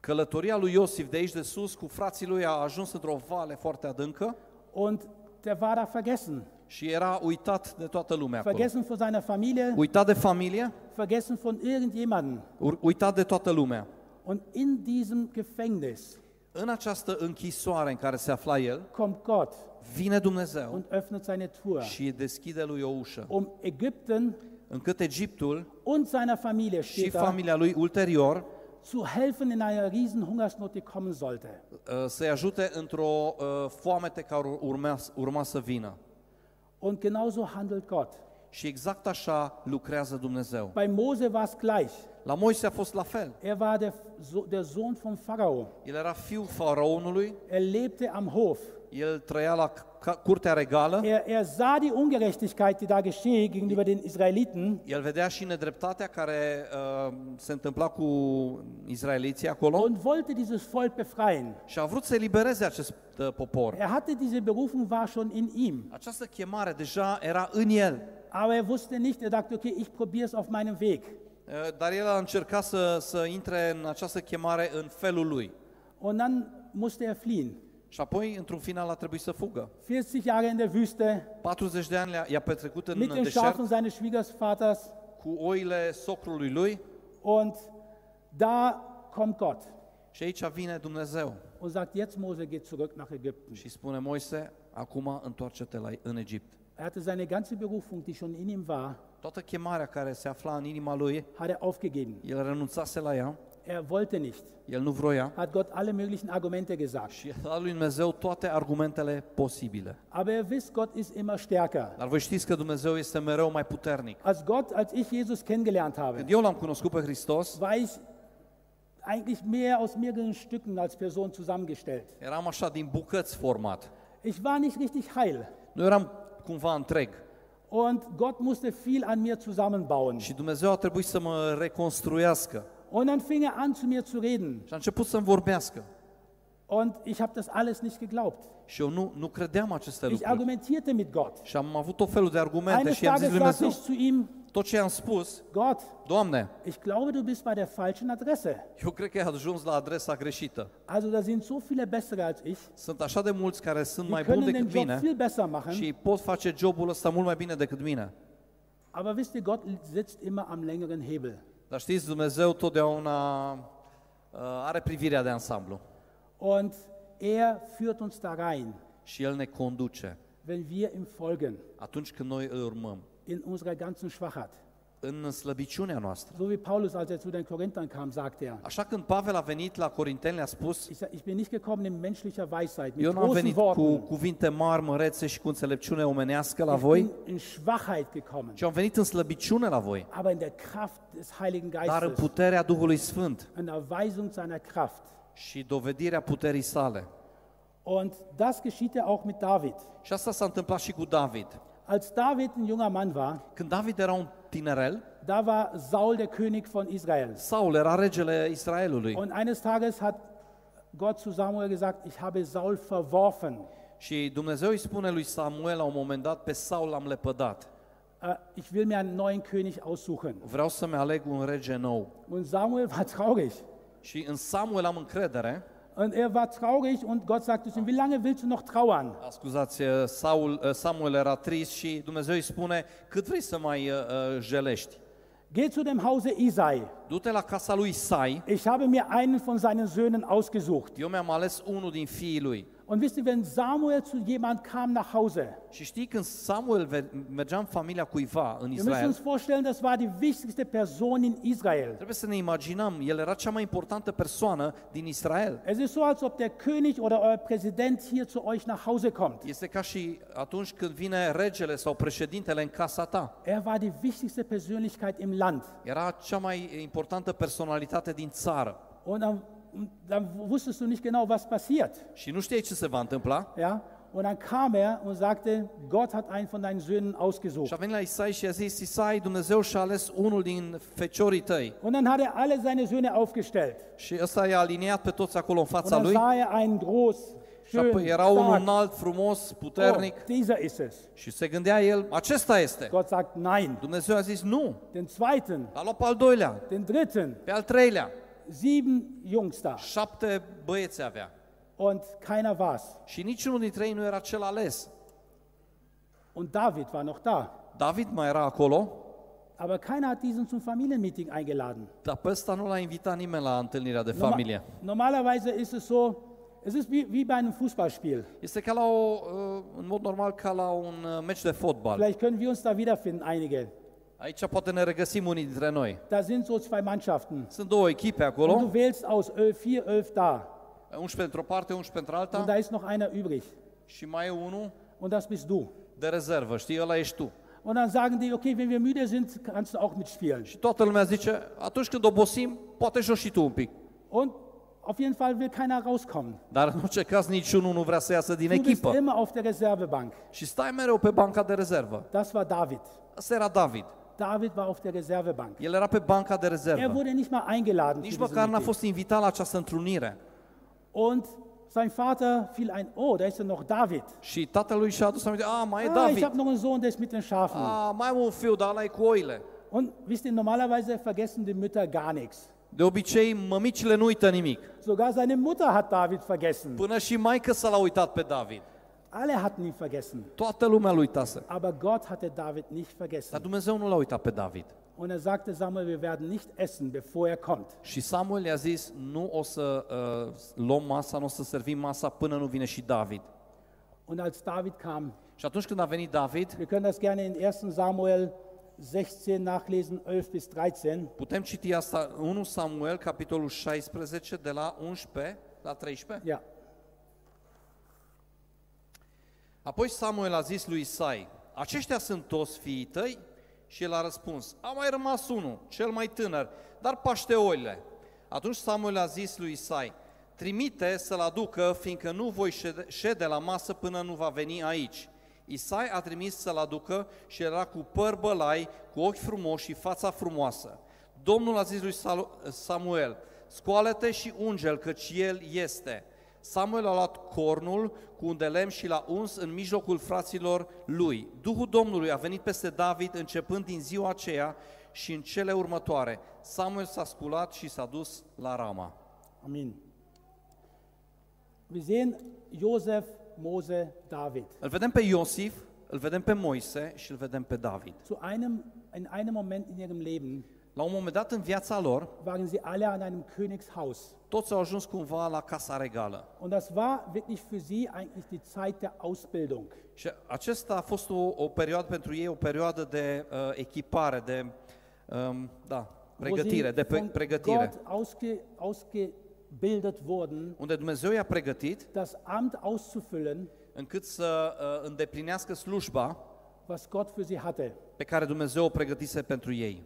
Speaker 2: călătoria lui Iosif de aici de sus cu frații lui a ajuns într-o vale foarte adâncă
Speaker 1: Und der war da vergessen.
Speaker 2: și era uitat de toată lumea acolo.
Speaker 1: Vergessen von seiner Familie,
Speaker 2: Uitat de familie,
Speaker 1: vergessen von irgendjemandem.
Speaker 2: ur- uitat de toată lumea.
Speaker 1: Und in diesem Gefängnis
Speaker 2: În această închisoare în care se afla el,
Speaker 1: kommt Gott
Speaker 2: vine Dumnezeu
Speaker 1: und öffnet seine Tür,
Speaker 2: și îi deschide lui o ușă,
Speaker 1: um Ägypten
Speaker 2: încât Egiptul
Speaker 1: und seiner Familie
Speaker 2: și
Speaker 1: steht da,
Speaker 2: familia lui ulterior
Speaker 1: zu helfen in einer riesen Hungersnot, die kommen sollte.
Speaker 2: uh, să-i ajute într-o uh, foamete care urma, urma să vină.
Speaker 1: Und genauso handelt Gott.
Speaker 2: Și exact așa lucrează Dumnezeu.
Speaker 1: Bei Mose war es gleich.
Speaker 2: La Moise a fost la fel.
Speaker 1: Er war der, so der Sohn vom Pharao.
Speaker 2: El era fiul faraonului,
Speaker 1: Er lebte am Hof.
Speaker 2: el trăia la ca- curtea regală,
Speaker 1: Er, er sah die Ungerechtigkeit, die da geschehe gegenüber den Israeliten.
Speaker 2: el vedea și nedreptatea care uh, se întâmpla cu izraeliții acolo
Speaker 1: Und wollte dieses Volk befreien.
Speaker 2: și a vrut să elibereze acest uh, popor.
Speaker 1: Er hatte diese Berufung, war schon in ihm.
Speaker 2: Această chemare deja era în el,
Speaker 1: Aber er wusste nicht, er dachte, okay, ich probiere es auf meinem Weg.
Speaker 2: Uh, dar el a încercat să, să intre în această chemare în felul lui.
Speaker 1: Und dann musste er fliehen.
Speaker 2: Și apoi, într-un final, a trebuit să fugă.
Speaker 1: 40 Jahre in der Wüste
Speaker 2: 40 de ani le-a- i-a petrecut în
Speaker 1: mit den
Speaker 2: deșert
Speaker 1: Schafen seines Schwiegervaters.
Speaker 2: cu oile socrului lui
Speaker 1: Und da kommt Gott
Speaker 2: și aici vine Dumnezeu
Speaker 1: und sagt, jetzt Mose, geh zurück nach Ägypten.
Speaker 2: și spune Moise, acum întoarce-te la, în Egipt.
Speaker 1: Er hatte seine ganze Berufung, die schon in ihm war,
Speaker 2: Toată chemarea care se afla în inima lui,
Speaker 1: hat er aufgegeben.
Speaker 2: el renunțase la ea,
Speaker 1: Er wollte nicht.
Speaker 2: el nu vroia
Speaker 1: Hat Gott alle möglichen Argumente gesagt.
Speaker 2: și el a dat lui Dumnezeu toate argumentele posibile.
Speaker 1: Aber ihr wisst, Gott ist immer stärker.
Speaker 2: Dar voi știți că Dumnezeu este mereu mai puternic.
Speaker 1: Als Gott, als ich Jesus kennengelernt habe,
Speaker 2: Când eu l-am cunoscut pe Hristos,
Speaker 1: war ich eigentlich mehr aus mehreren Stücken als Person zusammengestellt.
Speaker 2: eram așa din bucăți format.
Speaker 1: Ich war nicht richtig heil.
Speaker 2: Nu eram cumva întreg.
Speaker 1: Und Gott musste viel an mir zusammenbauen.
Speaker 2: Și Dumnezeu a trebuit să mă reconstruiască.
Speaker 1: Und dann fing er an, zu mir zu reden.
Speaker 2: Și a început să-mi vorbească.
Speaker 1: Und ich habe das alles nicht geglaubt.
Speaker 2: Și eu nu, nu credeam aceste
Speaker 1: Ich
Speaker 2: lucruri.
Speaker 1: argumentierte mit Gott.
Speaker 2: Și am avut tot felul de argumente
Speaker 1: Eines
Speaker 2: și am zis
Speaker 1: Tages
Speaker 2: lui
Speaker 1: sagte
Speaker 2: Dumnezeu,
Speaker 1: ich zu ihm,
Speaker 2: tot ce am spus,
Speaker 1: Gott,
Speaker 2: Doamne,
Speaker 1: ich glaube, du bist bei der falschen Adresse.
Speaker 2: eu cred că ai ajuns la adresa greșită.
Speaker 1: Also da sind so viele bessere als ich.
Speaker 2: Sunt așa de mulți care sunt
Speaker 1: Die
Speaker 2: mai buni
Speaker 1: können den
Speaker 2: decât
Speaker 1: Job
Speaker 2: mine
Speaker 1: viel besser machen.
Speaker 2: și pot face jobul ăsta mult mai bine decât mine.
Speaker 1: Aber wisst ihr, Gott sitzt immer am längeren Hebel.
Speaker 2: Dar știți, Dumnezeu totdeauna uh, are privirea de ansamblu
Speaker 1: Und er führt uns da rein,
Speaker 2: și El ne conduce
Speaker 1: wenn wir ihm folgen,
Speaker 2: atunci când noi îl urmăm,
Speaker 1: in unserer ganzen Schwachheit.
Speaker 2: în slăbiciunea noastră.
Speaker 1: So wie Paulus, als er zu den Korinthern kam, sagte er,
Speaker 2: Așa când Pavel a venit la Corinteni, le-a spus,
Speaker 1: ich, sag, ich bin nicht gekommen in menschlicher Weisheit, mit
Speaker 2: eu nu am
Speaker 1: großen
Speaker 2: venit cu
Speaker 1: Worten.
Speaker 2: cuvinte mari, mărețe și cu înțelepciune omenească la
Speaker 1: Ich
Speaker 2: voi,
Speaker 1: bin in Schwachheit gekommen,
Speaker 2: ci am venit în slăbiciune la voi,
Speaker 1: aber in der Kraft des Heiligen
Speaker 2: dar în
Speaker 1: Geistes,
Speaker 2: puterea Duhului Sfânt
Speaker 1: in der Weisung seiner Kraft.
Speaker 2: și dovedirea puterii sale.
Speaker 1: Und das geschieht ja auch mit David.
Speaker 2: Și asta s-a întâmplat și cu David.
Speaker 1: Als David ein junger Mann war,
Speaker 2: Când David era un tinerel,
Speaker 1: da war Saul der König von Israel.
Speaker 2: Saul era regele Israelului.
Speaker 1: Und eines Tages hat Gott zu Samuel gesagt, ich habe Saul verworfen.
Speaker 2: Și Dumnezeu îi spune lui Samuel la un moment dat, pe Saul l-am lepădat.
Speaker 1: Äh, Ich will mir einen neuen König aussuchen.
Speaker 2: Vreau să-mi aleg un rege nou.
Speaker 1: Und Samuel war traurig.
Speaker 2: Și în Samuel am încredere.
Speaker 1: Und er war traurig und Gott sagte zu ihm, wie lange willst du noch trauern?
Speaker 2: A, Scuzați, Saul, Samuel era trist și Dumnezeu îi spune, cât vrei să mai uh, uh, jelești?
Speaker 1: Geh zu dem Hause Isai.
Speaker 2: Du-te la casa lui Isai,
Speaker 1: Ich habe mir einen von seinen Söhnen ausgesucht.
Speaker 2: eu mi-am ales unul din fiii lui.
Speaker 1: Und wisst ihr, wenn Samuel zu jemand kam nach Hause,
Speaker 2: Și știi, când Samuel ve- mergea în familia cuiva în
Speaker 1: wir müssen uns
Speaker 2: Israel,
Speaker 1: vorstellen, das war die wichtigste Person in Israel.
Speaker 2: trebuie să ne imaginăm, el era cea mai importantă persoană din Israel.
Speaker 1: Es ist so, als ob der König oder euer Präsident hier zu euch nach Hause kommt.
Speaker 2: Este ca și atunci când vine regele sau președintele în casa ta.
Speaker 1: Er war die wichtigste Persönlichkeit im Land.
Speaker 2: Era cea mai importantă personalitate din țară.
Speaker 1: Und dann, und dann wusstest du nicht genau, was passiert.
Speaker 2: Și nu știai ce se va întâmpla.
Speaker 1: Ja? Und dann kam er und sagte, Gott hat einen von deinen Söhnen
Speaker 2: Și
Speaker 1: ausgesucht.
Speaker 2: a venit la Isai și a zis, Isai, Dumnezeu și-a ales unul din feciorii tăi.
Speaker 1: Und dann hat er alle seine Söhne aufgestellt.
Speaker 2: Și ăsta i-a aliniat pe toți acolo în
Speaker 1: Und
Speaker 2: fața
Speaker 1: dann
Speaker 2: lui.
Speaker 1: sah er einen groß,
Speaker 2: Și
Speaker 1: schön,
Speaker 2: apoi era unul
Speaker 1: stark.
Speaker 2: înalt, frumos,
Speaker 1: Oh,
Speaker 2: puternic.
Speaker 1: dieser ist es.
Speaker 2: Și se gândea el, acesta este.
Speaker 1: Gott sagt nein.
Speaker 2: Dumnezeu a zis, nu,
Speaker 1: Den zweiten,
Speaker 2: l-a luat pe al doilea,
Speaker 1: den dritten,
Speaker 2: pe al treilea.
Speaker 1: sieben Jungs da.
Speaker 2: Șapte băieți avea.
Speaker 1: Und keiner war's.
Speaker 2: Și niciunul dintre ei nu era cel ales.
Speaker 1: Und David war noch da.
Speaker 2: David mai era acolo,
Speaker 1: Aber keiner hat diesen zum Familienmeeting eingeladen.
Speaker 2: Dar pe ăsta nu l-a invitat nimeni la întâlnirea de
Speaker 1: Norma-
Speaker 2: familie.
Speaker 1: Normalerweise ist es so, es ist wie, wie bei einem Fußballspiel.
Speaker 2: Este ca la o, uh, în mod normal, ca la un uh, meci de fotbal.
Speaker 1: Vielleicht können wir uns da wiederfinden, einige.
Speaker 2: Aici poate ne regăsim unii dintre noi.
Speaker 1: Da sind so zwei Mannschaften.
Speaker 2: Sunt două echipe
Speaker 1: Und
Speaker 2: acolo,
Speaker 1: du wählst aus elf, vier, elf da.
Speaker 2: 11 pentru o parte, 11 pentru
Speaker 1: Und
Speaker 2: alta
Speaker 1: da ist noch einer übrig.
Speaker 2: și mai e unul
Speaker 1: Und das bist du.
Speaker 2: de rezervă, știi, ăla ești tu.
Speaker 1: Und dann sagen die, okay, wenn wir müde sind, kannst du auch mitspielen.
Speaker 2: Și toată lumea zice, atunci când obosim, poate joci și tu un pic.
Speaker 1: Und auf jeden Fall will keiner rauskommen.
Speaker 2: Dar în orice caz niciunul nu vrea să iasă din
Speaker 1: Du bist
Speaker 2: echipă.
Speaker 1: immer auf der Reservebank.
Speaker 2: Și stai mereu pe banca de rezervă.
Speaker 1: Das war David.
Speaker 2: Asta era David.
Speaker 1: David war auf der Reservebank.
Speaker 2: El era pe banca de
Speaker 1: Er
Speaker 2: rezervă.
Speaker 1: wurde nicht mal eingeladen.
Speaker 2: Nici
Speaker 1: zu
Speaker 2: măcar
Speaker 1: diesem
Speaker 2: n-a
Speaker 1: Meeting.
Speaker 2: fost invitat la această întrunire.
Speaker 1: Und sein Vater fiel ein, oh, da ist ja noch David.
Speaker 2: Și tatălui și-a adus aminte, a, mai e
Speaker 1: Ah, ich
Speaker 2: David, Ah.
Speaker 1: habe noch einen Sohn, der ist mit den Schafen.
Speaker 2: a, mai am un fiu, dar ăla e cu oile.
Speaker 1: Und wisst ihr, normalerweise vergessen die Mütter gar nichts.
Speaker 2: De obicei, mămicile nu uită nimic.
Speaker 1: Sogar seine Mutter hat David vergessen.
Speaker 2: Până și maică s-a l-a uitat pe David.
Speaker 1: Alle hatten ihn vergessen.
Speaker 2: Toată lumea l-a uitase.
Speaker 1: Aber Gott hatte David nicht
Speaker 2: Dar
Speaker 1: vergessen.
Speaker 2: Dumnezeu nu l-a uitat pe David.
Speaker 1: Und er sagte Samuel, wir werden nicht essen, bevor er kommt.
Speaker 2: Și Samuel i-a zis, nu o să uh, luăm masa, nu o să servim masa până nu vine și David.
Speaker 1: Und als David kam,
Speaker 2: Și atunci când a venit David,
Speaker 1: wir können das gerne in 1 Samuel 16 nachlesen, 11 bis 13.
Speaker 2: Putem citi asta în 1 Samuel, capitolul 16, de la 11 la 13.
Speaker 1: Ja.
Speaker 2: Apoi Samuel a zis lui Isai, aceștia sunt toți fiii tăi? Și el a răspuns, a mai rămas unul, cel mai tânăr, dar paște oile. Atunci Samuel a zis lui Isai, trimite să-l aducă, fiindcă nu voi șede- șede la masă până nu va veni aici. Isai a trimis să-l aducă și era cu păr bălai, cu ochi frumoși și fața frumoasă. Domnul a zis lui Salu- Samuel, scoală-te și ungel, căci el este. Samuel a luat cornul cu un de lemn și l-a uns în mijlocul fraților lui. Duhul Domnului a venit peste David începând din ziua aceea și în cele următoare. Samuel s-a sculat și s-a dus la Rama.
Speaker 1: Amen. Wir sehen Josef, Mose, David.
Speaker 2: Îl vedem pe Iosif, îl vedem pe Moise și îl vedem pe David.
Speaker 1: Zu einem, in einem Moment in ihrem Leben
Speaker 2: La un moment dat în viața lor,
Speaker 1: waren sie alle an einem Königshaus.
Speaker 2: toți au ajuns cumva la casa regală.
Speaker 1: Und das war wirklich für sie eigentlich die Zeit der Ausbildung.
Speaker 2: Și acesta a fost o, o perioadă pentru ei, o perioadă de uh, echipare, de um, da, pregătire, de
Speaker 1: wo
Speaker 2: pe,
Speaker 1: sie
Speaker 2: pregătire.
Speaker 1: Gott ausge, ausgebildet wurden,
Speaker 2: unde Dumnezeu i-a pregătit
Speaker 1: das Amt auszufüllen,
Speaker 2: încât să uh, îndeplinească slujba
Speaker 1: was Gott für sie hatte.
Speaker 2: pe care Dumnezeu o pregătise pentru ei.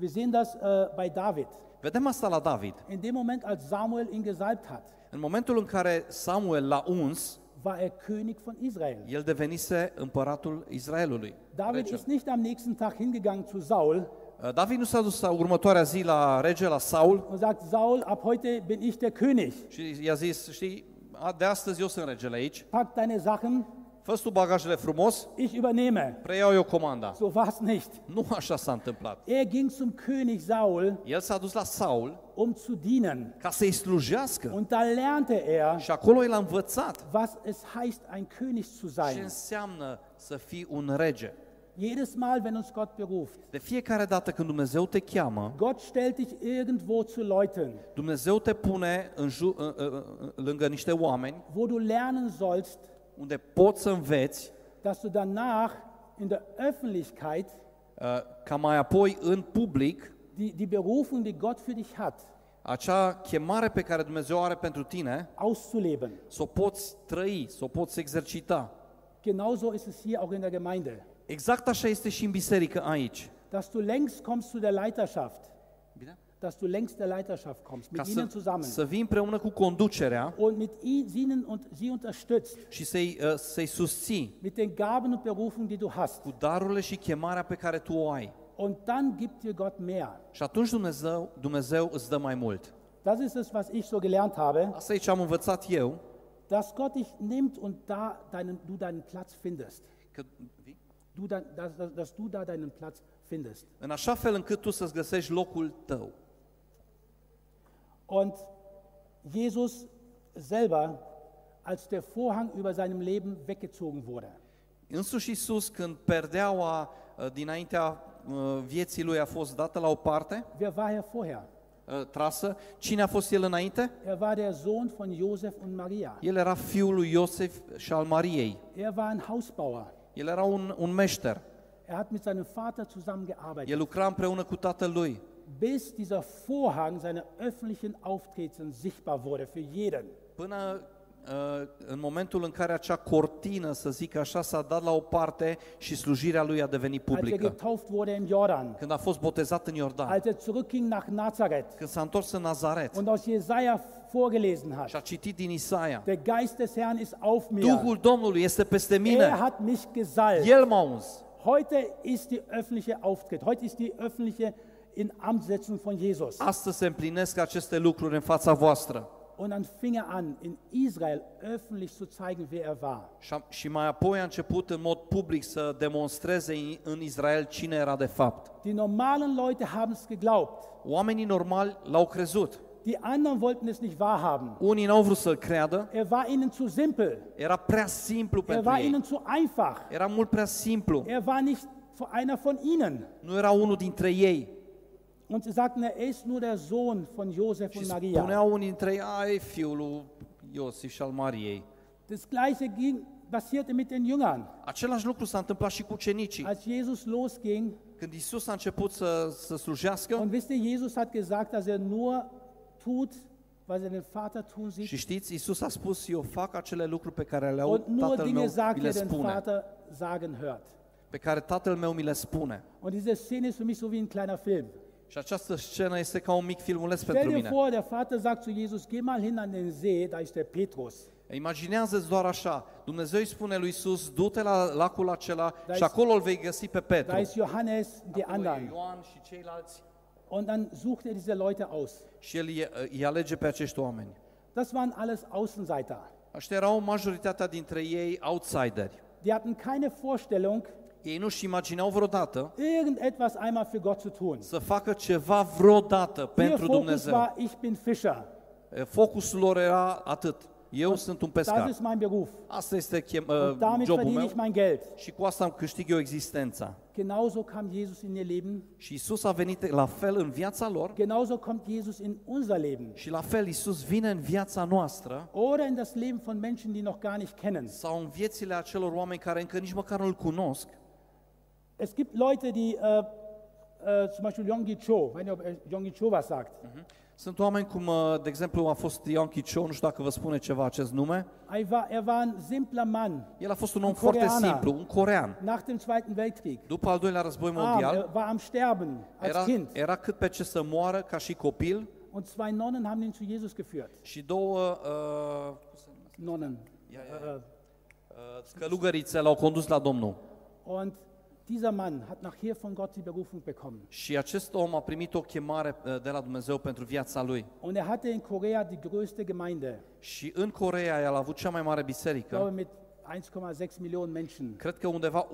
Speaker 1: Wir sehen das äh, bei David.
Speaker 2: Vedem asta la David.
Speaker 1: In dem Moment, als Samuel ihn gesalbt hat,
Speaker 2: În momentul în care Samuel l-a uns,
Speaker 1: war er König von Israel.
Speaker 2: el devenise împăratul Israelului.
Speaker 1: David
Speaker 2: Rege.
Speaker 1: ist nicht am nächsten Tag hingegangen zu Saul
Speaker 2: Uh, David nu s-a dus la următoarea zi la rege, la Saul,
Speaker 1: und sagt, Saul, ab heute bin ich der König.
Speaker 2: și i-a zis, știi, a, de astăzi eu sunt regele aici,
Speaker 1: Pack deine Sachen,
Speaker 2: fă tu bagajele frumos,
Speaker 1: ich übernehme.
Speaker 2: preiau eu comanda.
Speaker 1: So war es nicht.
Speaker 2: Nu așa s-a întâmplat.
Speaker 1: Er ging zum König Saul,
Speaker 2: El s-a dus la Saul
Speaker 1: um zu dienen.
Speaker 2: ca să-i slujească
Speaker 1: Und da lernte er,
Speaker 2: și acolo el a învățat
Speaker 1: was es heißt, ein König zu
Speaker 2: Ce
Speaker 1: sein.
Speaker 2: înseamnă să fii un rege?
Speaker 1: Jedes Mal, wenn uns Gott beruft.
Speaker 2: De fiecare dată când Dumnezeu te cheamă,
Speaker 1: Gott stellt dich irgendwo zu Leuten,
Speaker 2: Dumnezeu te pune în ju- în- în- în- lângă niște oameni
Speaker 1: wo du lernen sollst,
Speaker 2: unde poți să înveți
Speaker 1: dass du danach in der Öffentlichkeit
Speaker 2: uh, ca mai apoi în public
Speaker 1: die, die Berufung, die Gott für dich hat,
Speaker 2: acea chemare pe care Dumnezeu o are pentru tine,
Speaker 1: auszuleben.
Speaker 2: să o poți trăi, să o poți exercita.
Speaker 1: Genauso ist es hier auch in der Gemeinde,
Speaker 2: Exact așa este și în biserică aici.
Speaker 1: dass du längst kommst zu der Leiterschaft,
Speaker 2: Bine?
Speaker 1: dass du längst der Leiterschaft kommst,
Speaker 2: Ca
Speaker 1: mit
Speaker 2: să,
Speaker 1: ihnen zusammen
Speaker 2: să vii împreună cu conducerea
Speaker 1: und mit i- ihnen und sie unterstützt,
Speaker 2: și să-i, uh, să-i susții
Speaker 1: mit den Gaben und Berufungen, die du hast.
Speaker 2: cu darurile și chemarea pe care tu o ai.
Speaker 1: Und dann gibt dir Gott mehr.
Speaker 2: Și atunci Dumnezeu, Dumnezeu îți dă mai mult.
Speaker 1: Das ist es, was ich so gelernt habe,
Speaker 2: Asta e ce am învățat eu,
Speaker 1: dass Gott dich nimmt und da deinen, du deinen Platz findest.
Speaker 2: că,
Speaker 1: du dein, dass, dass, dass du da deinen Platz findest.
Speaker 2: în așa fel încât tu să-ți găsești locul tău.
Speaker 1: Und Jesus selber, als der Vorhang über seinem Leben weggezogen wurde,
Speaker 2: Însuși Iisus, când perdeaua uh, dinaintea uh, vieții lui a fost dată la o parte,
Speaker 1: wer war er vorher?
Speaker 2: uh, trasă, cine a fost el înainte?
Speaker 1: Er war der Sohn von Josef und Maria.
Speaker 2: El era fiul lui Iosif și al Mariei.
Speaker 1: Er war ein Hausbauer.
Speaker 2: El era un, un meșter.
Speaker 1: Er hat mit seinem Vater zusammengearbeitet,
Speaker 2: El lucra împreună cu tatăl lui.
Speaker 1: bis dieser Vorhang seiner öffentlichen Auftretens sichtbar wurde für jeden.
Speaker 2: Până uh, în momentul în care acea cortină, să zic așa, s-a dat la o parte și slujirea lui a devenit
Speaker 1: Als er
Speaker 2: publică.
Speaker 1: getauft wurde im Jordan,
Speaker 2: când a fost botezat în Iordan,
Speaker 1: als er zurückging nach Nazareth
Speaker 2: când s-a întors în Nazaret
Speaker 1: und aus Jesaja vorgelesen
Speaker 2: și a
Speaker 1: hat:
Speaker 2: citit din Isaia,
Speaker 1: Der Geist des Herrn ist auf mir.
Speaker 2: Duhul Domnului este peste
Speaker 1: Er
Speaker 2: mine,
Speaker 1: hat mich gesalbt.
Speaker 2: El m-a uns.
Speaker 1: Heute ist die öffentliche Auftritt. Heute ist die öffentliche Inamtsetzung von Jesus.
Speaker 2: Astăzi se împlinesc aceste lucruri în fața voastră.
Speaker 1: Und dann fing er an, in Israel öffentlich zu zeigen, wer er war.
Speaker 2: Și a- Și mai apoi a început în mod public să demonstreze în- în Israel cine era de fapt.
Speaker 1: Die normalen Leute haben es geglaubt.
Speaker 2: Oamenii normali l-au crezut.
Speaker 1: Die anderen wollten es nicht wahrhaben.
Speaker 2: Unii n-au vrut să-l creadă,
Speaker 1: Er war ihnen zu simpel.
Speaker 2: era prea simplu
Speaker 1: Er
Speaker 2: pentru
Speaker 1: war
Speaker 2: ei.
Speaker 1: ihnen zu einfach.
Speaker 2: Era mult prea simplu,
Speaker 1: Er war nicht einer von ihnen.
Speaker 2: nu era unul dintre ei.
Speaker 1: Und sie sagten, er ist nur der Sohn von Josef
Speaker 2: Și
Speaker 1: und Maria.
Speaker 2: spuneau unii dintre ei, ai fiul lui Iosif și al Mariei.
Speaker 1: Das gleiche ging, passierte mit den Jüngern.
Speaker 2: Același lucru s-a întâmplat și cu ucenicii.
Speaker 1: Als Jesus losging,
Speaker 2: Când Isus a început să, să slujească,
Speaker 1: Und wisst ihr, Jesus hat gesagt, dass er nur tut, was er den Vater tun sieht.
Speaker 2: și știți, Isus a spus, eu fac acele lucruri pe care le
Speaker 1: Und
Speaker 2: au
Speaker 1: nur
Speaker 2: tatăl meu,
Speaker 1: Dinge sagt,
Speaker 2: mi
Speaker 1: die
Speaker 2: le
Speaker 1: er den
Speaker 2: spune.
Speaker 1: Vater sagen hört.
Speaker 2: Pe care tatăl meu mi le spune.
Speaker 1: Und diese Szene ist für mich so wie ein kleiner Film.
Speaker 2: Și această scenă este ca un mic filmuleț pentru
Speaker 1: Stell dir
Speaker 2: mine.
Speaker 1: vor, der Vater sagt zu Jesus, geh mal hin an den See, da ist der Petrus.
Speaker 2: Imaginează-ți doar așa, Dumnezeu îi spune lui Isus, du-te la lacul acela
Speaker 1: Da
Speaker 2: și
Speaker 1: este-
Speaker 2: acolo îl vei găsi pe
Speaker 1: Da
Speaker 2: Petru.
Speaker 1: ist Johannes und die
Speaker 2: Acolo e
Speaker 1: anderen.
Speaker 2: Ioan și ceilalți.
Speaker 1: Und dann sucht er diese Leute aus.
Speaker 2: Și el îi, îi alege pe acești oameni.
Speaker 1: Das waren alles Außenseiter.
Speaker 2: Aștia erau majoritatea dintre ei outsideri.
Speaker 1: Die hatten keine Vorstellung,
Speaker 2: Ei nu-și imaginau vreodată
Speaker 1: irgendetwas einmal für Gott zu tun.
Speaker 2: să facă ceva vreodată
Speaker 1: Ihr
Speaker 2: pentru
Speaker 1: Fokus
Speaker 2: Dumnezeu.
Speaker 1: war, ich bin Fischer.
Speaker 2: Focusul lor era atât. Eu sunt un
Speaker 1: Das
Speaker 2: pescar.
Speaker 1: ist mein Beruf.
Speaker 2: Asta este chem, uh,
Speaker 1: Damit
Speaker 2: jobul
Speaker 1: verdiene
Speaker 2: meu
Speaker 1: ich mein Geld.
Speaker 2: și cu asta îmi câștig eu existența.
Speaker 1: Genauso kam Jesus in ihr Leben.
Speaker 2: Și Isus a venit la fel în viața lor
Speaker 1: Genauso kommt Jesus in unser Leben.
Speaker 2: și la fel Isus vine în viața noastră
Speaker 1: Oder in das Leben von Menschen, die noch gar nicht kennen.
Speaker 2: sau în viețile acelor oameni care încă nici măcar nu-L cunosc.
Speaker 1: Es gibt Leute, die äh, äh, zum Beispiel Yonggi Cho, wenn ihr ob euch Yonggi Cho was sagt.
Speaker 2: Sunt oameni cum, uh, de exemplu, a fost Ion Chicio, nu știu dacă vă spune ceva acest nume.
Speaker 1: Er war, er war ein simpler Mann
Speaker 2: El a fost un om
Speaker 1: Un
Speaker 2: foarte
Speaker 1: coreeană.
Speaker 2: simplu, un corean.
Speaker 1: nach dem Zweiten Weltkrieg.
Speaker 2: După al doilea război
Speaker 1: Arm,
Speaker 2: mondial,
Speaker 1: er war am Sterben als
Speaker 2: era,
Speaker 1: Kind.
Speaker 2: era cât pe ce să moară ca și copil
Speaker 1: Und zwei Nonnen haben ihn zu Jesus geführt.
Speaker 2: și două uh, cum se numesc?
Speaker 1: Nonnen. Äh,
Speaker 2: uh, călugărițe l-au condus la Domnul.
Speaker 1: Und dieser Mann hat nachher von Gott die Berufung bekommen.
Speaker 2: Și acest om a primit o chemare uh, de la Dumnezeu pentru viața lui.
Speaker 1: Und er hatte in Korea die größte Gemeinde,
Speaker 2: Și în Coreea el a avut cea mai mare
Speaker 1: ich
Speaker 2: biserică.
Speaker 1: glaube mit 1,6 Millionen Menschen.
Speaker 2: Cred că undeva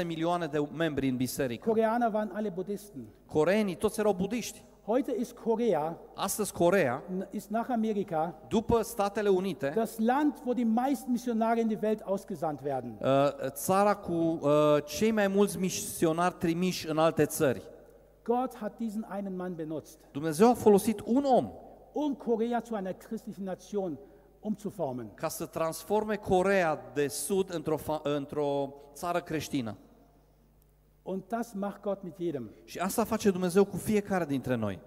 Speaker 2: 1,6 milioane de membri în biserică.
Speaker 1: Koreaner waren alle Buddhisten.
Speaker 2: Coreenii toți erau budiști.
Speaker 1: Heute ist Korea,
Speaker 2: Astăzi Corea,
Speaker 1: n- ist nach Amerika,
Speaker 2: după Statele Unite,
Speaker 1: das Land, wo die meisten Missionare in die Welt ausgesandt werden.
Speaker 2: uh, țara cu uh, cei mai mulți misionari trimiși în alte țări.
Speaker 1: Gott hat diesen einen Mann benutzt,
Speaker 2: Dumnezeu a folosit un om
Speaker 1: um Korea zu einer christlichen Nation umzuformen.
Speaker 2: ca să transforme Corea de Sud într-o, fa- într-o țară creștină.
Speaker 1: Und das macht Gott mit jedem.
Speaker 2: Și asta face Dumnezeu cu fiecare dintre noi.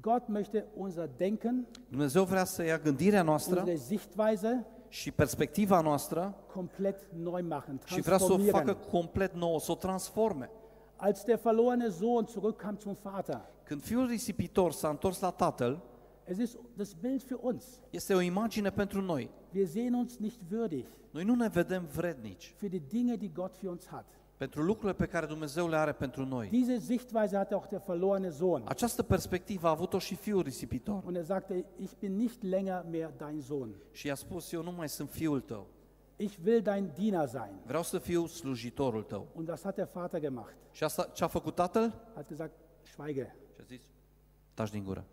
Speaker 1: Gott möchte unser Denken,
Speaker 2: Dumnezeu vrea să ia gândirea noastră
Speaker 1: unsere Sichtweise
Speaker 2: și perspectiva noastră
Speaker 1: komplett neu machen,
Speaker 2: și vrea să o facă
Speaker 1: transformieren.
Speaker 2: complet nouă, să o transforme.
Speaker 1: Als der verlorene Sohn zurückkam zum Vater,
Speaker 2: Când fiul risipitor s-a întors la tatăl,
Speaker 1: es ist das Bild für uns.
Speaker 2: este o imagine pentru noi.
Speaker 1: Wir sehen uns nicht würdig
Speaker 2: Noi nu ne vedem vrednici
Speaker 1: für die Dinge, die Gott für uns hat.
Speaker 2: pentru lucrurile pe care Dumnezeu le are pentru noi.
Speaker 1: Diese Sichtweise hatte auch der verlorene Sohn.
Speaker 2: Această perspectivă a avut-o și fiul risipitor
Speaker 1: Und er sagte, ich bin nicht länger mehr dein Sohn.
Speaker 2: și i-a spus, eu nu mai sunt fiul tău,
Speaker 1: Ich will dein Diener sein.
Speaker 2: vreau să fiu slujitorul tău.
Speaker 1: Und das hat der Vater gemacht.
Speaker 2: Și asta ce a făcut tatăl?
Speaker 1: Hat gesagt, schweige.
Speaker 2: Și a zis, taci din gură,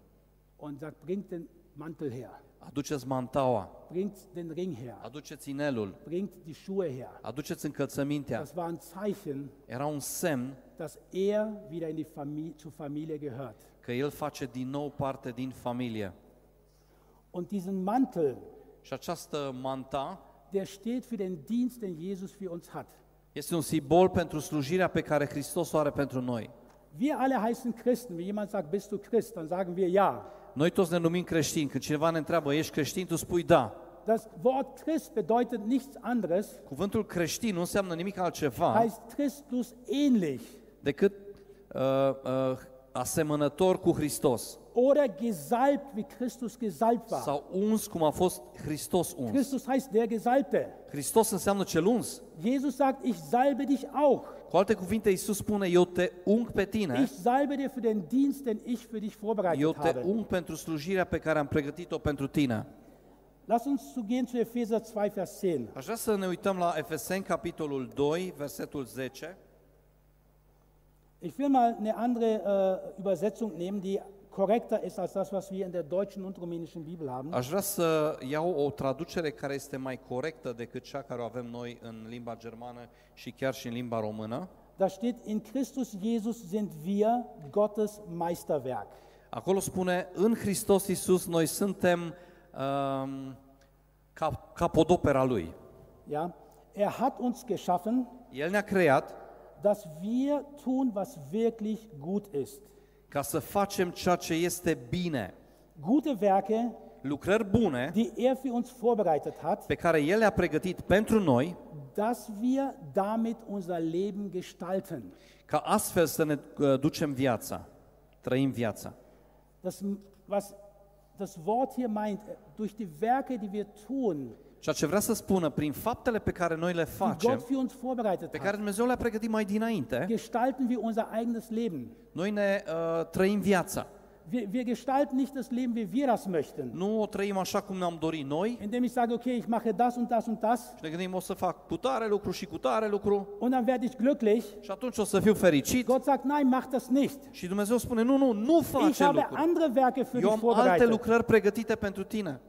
Speaker 1: Und sagt, bringt den Mantel her.
Speaker 2: aduceți mantaua,
Speaker 1: Bringt den Ring her.
Speaker 2: aduceți inelul,
Speaker 1: Bringt die Schuhe her.
Speaker 2: aduceți încălțămintea.
Speaker 1: Das war ein Zeichen,
Speaker 2: Era un semn
Speaker 1: dass er wieder in die Familie, zur Familie gehört.
Speaker 2: că el face din nou parte din familie.
Speaker 1: Und diesen Mantel,
Speaker 2: Și această manta
Speaker 1: der steht für den Dienst, den Jesus für uns hat.
Speaker 2: este un simbol pentru slujirea pe care Hristos o are pentru noi.
Speaker 1: Wir alle heißen Christen. Wenn jemand sagt, bist du Christ, dann sagen wir ja.
Speaker 2: Noi toți ne numim creștini. Când cineva ne întreabă, ești creștin, tu spui da.
Speaker 1: Das Wort Christ bedeutet nichts anderes,
Speaker 2: Cuvântul creștin nu înseamnă nimic altceva
Speaker 1: heißt Christus ähnlich
Speaker 2: decât uh, uh, asemănător cu Hristos
Speaker 1: oder gesalbt, wie Christus gesalbt war.
Speaker 2: sau uns cum a fost Hristos uns.
Speaker 1: Christus heißt der Gesalbte.
Speaker 2: Hristos înseamnă cel uns.
Speaker 1: Jesus sagt, ich salbe dich auch.
Speaker 2: Cu alte cuvinte, Iisus spune, eu te ung pe tine,
Speaker 1: Ich salbe dir für den Dienst, den ich für dich
Speaker 2: eu
Speaker 1: vorbereitet
Speaker 2: te
Speaker 1: habe.
Speaker 2: ung pentru slujirea pe care am pregătit-o pentru tine.
Speaker 1: Lass uns zu gehen zu Epheser 2, Vers 10.
Speaker 2: Aș vrea să ne uităm la Efeseni, capitolul 2, versetul 10.
Speaker 1: Ich will mal eine andere äh, Übersetzung nehmen, die korrekter ist als das, was wir in der deutschen und rumänischen Bibel haben.
Speaker 2: Aș vrea să iau o traducere care este mai corectă decât cea care o avem noi în limba germană și chiar și în limba română.
Speaker 1: Da steht, in Christus Jesus sind wir Gottes Meisterwerk.
Speaker 2: Acolo spune, în Hristos Iisus noi suntem um, cap- capodopera Lui.
Speaker 1: Ja? Er hat uns geschaffen,
Speaker 2: El ne-a creat
Speaker 1: dass wir tun, was wirklich gut ist.
Speaker 2: ca să facem ceea ce este bine,
Speaker 1: Gute Werke,
Speaker 2: lucrări bune
Speaker 1: die er für uns vorbereitet hat,
Speaker 2: pe care El le-a pregătit pentru noi,
Speaker 1: dass wir damit unser Leben gestalten.
Speaker 2: ca astfel să ne uh, ducem viața, trăim viața.
Speaker 1: Das, was das Wort hier meint, durch die Werke, die wir tun,
Speaker 2: Ceea ce vrea să spună, prin faptele pe care noi le
Speaker 1: die Gott
Speaker 2: facem,
Speaker 1: für uns vorbereitet
Speaker 2: pe care
Speaker 1: hat,
Speaker 2: Dumnezeu le-a pregătit mai dinainte,
Speaker 1: gestalten wir unser eigenes Leben.
Speaker 2: noi ne uh, trăim viața.
Speaker 1: Wir, wir gestalten nicht das Leben, wie wir das möchten.
Speaker 2: Nu o trăim așa cum ne-am dorit noi
Speaker 1: Indem ich sage, okay, ich mache das und das und das
Speaker 2: și ne gândim o să fac cu tare lucru și cu tare lucru
Speaker 1: und dann werde ich glücklich.
Speaker 2: și atunci o să fiu fericit.
Speaker 1: Gott sagt, nein, mach das nicht.
Speaker 2: Și Dumnezeu spune, nu, nu, nu
Speaker 1: Ich
Speaker 2: face
Speaker 1: habe
Speaker 2: lucruri.
Speaker 1: andere Werke für
Speaker 2: Eu
Speaker 1: dich
Speaker 2: am alte
Speaker 1: vorbereitet.
Speaker 2: lucrări pregătite pentru tine.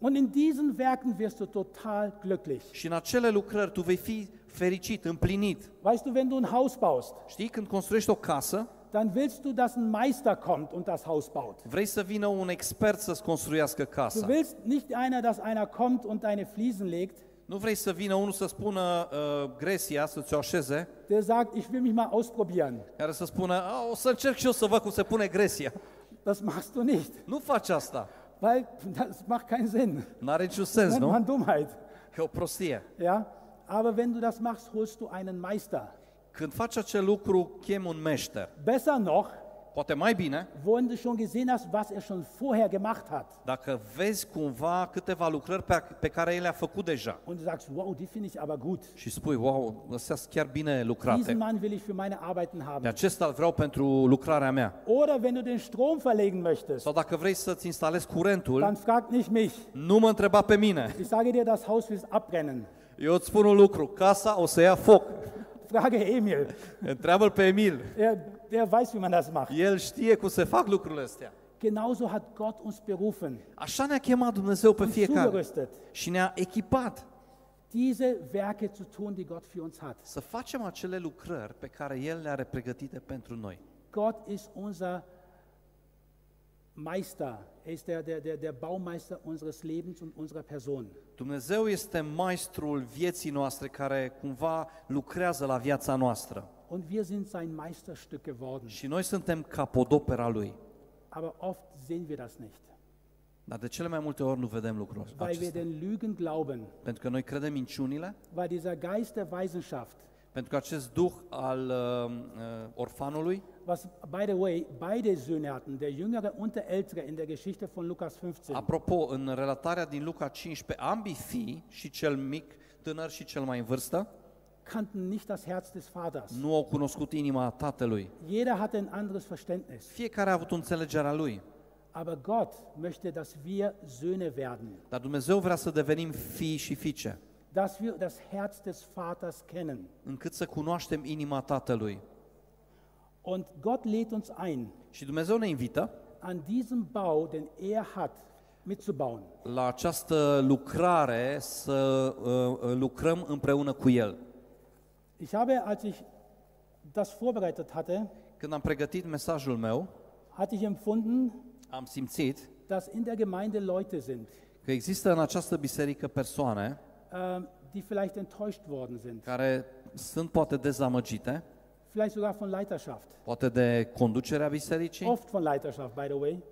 Speaker 1: Und in diesen Werken wirst du total glücklich.
Speaker 2: Și în acele lucrări tu vei fi fericit, împlinit.
Speaker 1: Weißt du, wenn du ein Haus baust,
Speaker 2: Știi, când construiești o casă,
Speaker 1: dann willst du, dass ein Meister kommt und das Haus baut.
Speaker 2: vrei să vină un expert să-ți construiască
Speaker 1: Du
Speaker 2: casa.
Speaker 1: willst nicht einer, dass einer kommt und deine Fliesen legt,
Speaker 2: Nu vrei să vină unul să spună uh, gresia, să ți-o așeze,
Speaker 1: der sagt, ich will mich mal ausprobieren.
Speaker 2: care să spună, "A, o să încerc și eu să văd cum se pune gresia.
Speaker 1: Das machst du nicht,
Speaker 2: Nu faci asta.
Speaker 1: weil das macht keinen Sinn.
Speaker 2: N-are niciun sens,
Speaker 1: Das nennt
Speaker 2: nu?
Speaker 1: man Dummheit.
Speaker 2: E o prostie.
Speaker 1: Ja? Aber wenn du das machst, holst du einen Meister.
Speaker 2: Când faci acel lucru, chem un meșter.
Speaker 1: Besser noch,
Speaker 2: Poate mai bine,
Speaker 1: wenn du schon gesehen hast, was er schon vorher gemacht hat.
Speaker 2: dacă vezi cumva câteva lucrări pe, pe care el le-a făcut deja
Speaker 1: Und du sagst, wow, die finde ich aber gut.
Speaker 2: și spui, wow, astea sunt chiar bine lucrate.
Speaker 1: Diesen Mann will ich für meine Arbeiten
Speaker 2: Pe
Speaker 1: haben.
Speaker 2: acesta îl vreau pentru lucrarea mea.
Speaker 1: Oder wenn du den Strom verlegen möchtest,
Speaker 2: Sau dacă vrei să-ți instalezi curentul,
Speaker 1: dann frag nicht mich.
Speaker 2: nu mă întreba pe mine.
Speaker 1: Ich sage dir, das Haus wird abbrennen.
Speaker 2: Eu îți spun un lucru, casa o să ia foc.
Speaker 1: Frage Emil.
Speaker 2: Întreabă-l pe Emil.
Speaker 1: Er, der weiß, wie man das macht.
Speaker 2: El știe cum se fac lucrurile astea.
Speaker 1: Genauso hat Gott uns berufen,
Speaker 2: Așa ne-a chemat Dumnezeu pe fiecare
Speaker 1: zugerüstet,
Speaker 2: și ne-a echipat
Speaker 1: diese Werke zu tun, die Gott für uns hat.
Speaker 2: să facem acele lucrări pe care El le-a pregătite pentru noi.
Speaker 1: Gott ist unser Meister. Er ist der, der, der, der Baumeister unseres Lebens und unserer Person.
Speaker 2: Dumnezeu este maestrul vieții noastre care cumva lucrează la viața noastră
Speaker 1: Und wir sind sein Meisterstück geworden.
Speaker 2: și noi suntem capodopera Lui.
Speaker 1: Aber oft sehen wir das nicht,
Speaker 2: Dar de cele mai multe ori nu vedem lucrul
Speaker 1: weil wir
Speaker 2: acesta.
Speaker 1: den Lügen glauben,
Speaker 2: Pentru că noi credem minciunile,
Speaker 1: weil dieser Geist der Weisenschaft,
Speaker 2: pentru că acest duh al uh, uh, orfanului,
Speaker 1: was, by the way, beide Söhne hatten, der Jüngere und der Ältere in der Geschichte von Lukas 15.
Speaker 2: apropo, în relatarea din Luca 15, ambii fii, și cel mic, tânăr și cel mai în vârstă,
Speaker 1: kannten nicht das Herz des Vaters.
Speaker 2: nu au cunoscut inima tatălui.
Speaker 1: Jeder hatte ein anderes Verständnis.
Speaker 2: Fiecare a avut înțelegerea lui,
Speaker 1: Aber Gott möchte, dass wir Söhne werden,
Speaker 2: dar Dumnezeu vrea să devenim fii și fiice,
Speaker 1: dass wir das Herz des Vaters kennen.
Speaker 2: încât să cunoaștem inima tatălui.
Speaker 1: Und Gott lädt uns ein,
Speaker 2: Și Dumnezeu ne invită
Speaker 1: an diesem Bau, den er hat, mitzubauen.
Speaker 2: la această lucrare să uh, uh, lucrăm împreună cu El.
Speaker 1: Ich habe, als ich das vorbereitet hatte,
Speaker 2: Când am pregătit mesajul meu,
Speaker 1: hatte ich empfunden,
Speaker 2: am simțit
Speaker 1: dass in der Gemeinde Leute sind,
Speaker 2: că există în această biserică persoane
Speaker 1: äh, die vielleicht enttäuscht worden sind,
Speaker 2: care sunt poate dezamăgite,
Speaker 1: vielleicht sogar von Leiterschaft.
Speaker 2: poate de conducerea bisericii,
Speaker 1: Oft von Leiterschaft, by the way.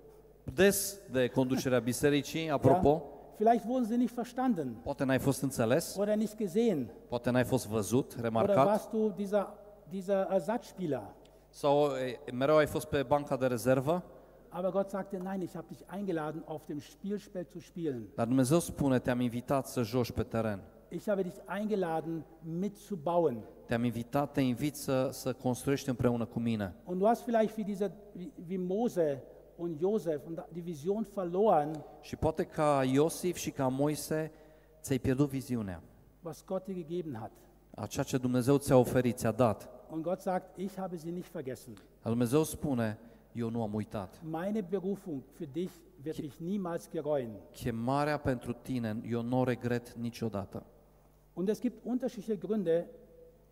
Speaker 2: des de conducerea bisericii, apropo,
Speaker 1: Ja, vielleicht wurden sie nicht verstanden
Speaker 2: poate n-ai fost înțeles,
Speaker 1: oder nicht gesehen.
Speaker 2: poate n-ai fost văzut,
Speaker 1: Oder
Speaker 2: remarcat,
Speaker 1: warst du dieser, dieser Ersatzspieler?
Speaker 2: sau e, mereu ai fost pe banca de rezervă,
Speaker 1: Aber Gott sagte, nein, ich habe dich eingeladen, auf dem Spielfeld zu spielen.
Speaker 2: dar Dumnezeu spune, te-am invitat să joci pe teren,
Speaker 1: Ich habe dich eingeladen, mitzubauen.
Speaker 2: te-am invitat, te invit să, să construiești împreună cu mine.
Speaker 1: Und du hast vielleicht wie, diese, wie, wie Mose und Josef und die Vision verloren,
Speaker 2: Și poate ca Iosif și ca Moise ți-ai pierdut viziunea,
Speaker 1: was Gott dir gegeben hat.
Speaker 2: a ceea ce Dumnezeu ți-a oferit, ți-a dat.
Speaker 1: Und Gott sagt, ich habe sie nicht vergessen.
Speaker 2: Dar Dumnezeu spune, eu nu am uitat.
Speaker 1: Meine Berufung für dich wird mich niemals gereuen.
Speaker 2: Chemarea pentru tine, eu nu o regret niciodată.
Speaker 1: Und es gibt unterschiedliche Gründe,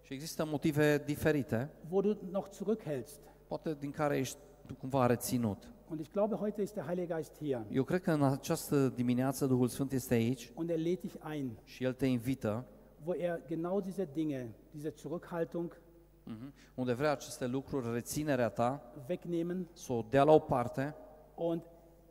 Speaker 2: Și există motive diferite,
Speaker 1: wo du noch zurückhältst.
Speaker 2: poate din care ești tu cumva reținut.
Speaker 1: Und ich glaube, heute ist der Heilige Geist hier
Speaker 2: Eu cred că în această dimineață Duhul Sfânt este aici
Speaker 1: und er lädt dich ein.
Speaker 2: și El te invită
Speaker 1: wo er genau diese Dinge, diese Zurückhaltung,
Speaker 2: mhm, Unde vrea aceste lucruri, reținerea ta,
Speaker 1: wegnehmen
Speaker 2: să o dea la o parte
Speaker 1: und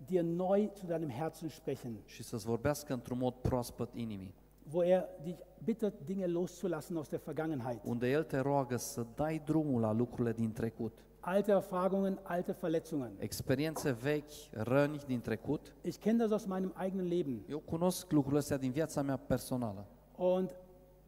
Speaker 1: dir neu zu deinem Herzen sprechen,
Speaker 2: și să-ți vorbească într-un mod proaspăt inimii.
Speaker 1: wo er dich bittet, Dinge loszulassen aus der Vergangenheit.
Speaker 2: Unde El te roagă să dai drumul la lucrurile din trecut.
Speaker 1: Alte Erfahrungen, alte Verletzungen.
Speaker 2: Experiențe vechi, răni din trecut.
Speaker 1: Ich kenne das aus meinem eigenen Leben.
Speaker 2: Eu cunosc lucrurile astea din viața mea personală.
Speaker 1: Und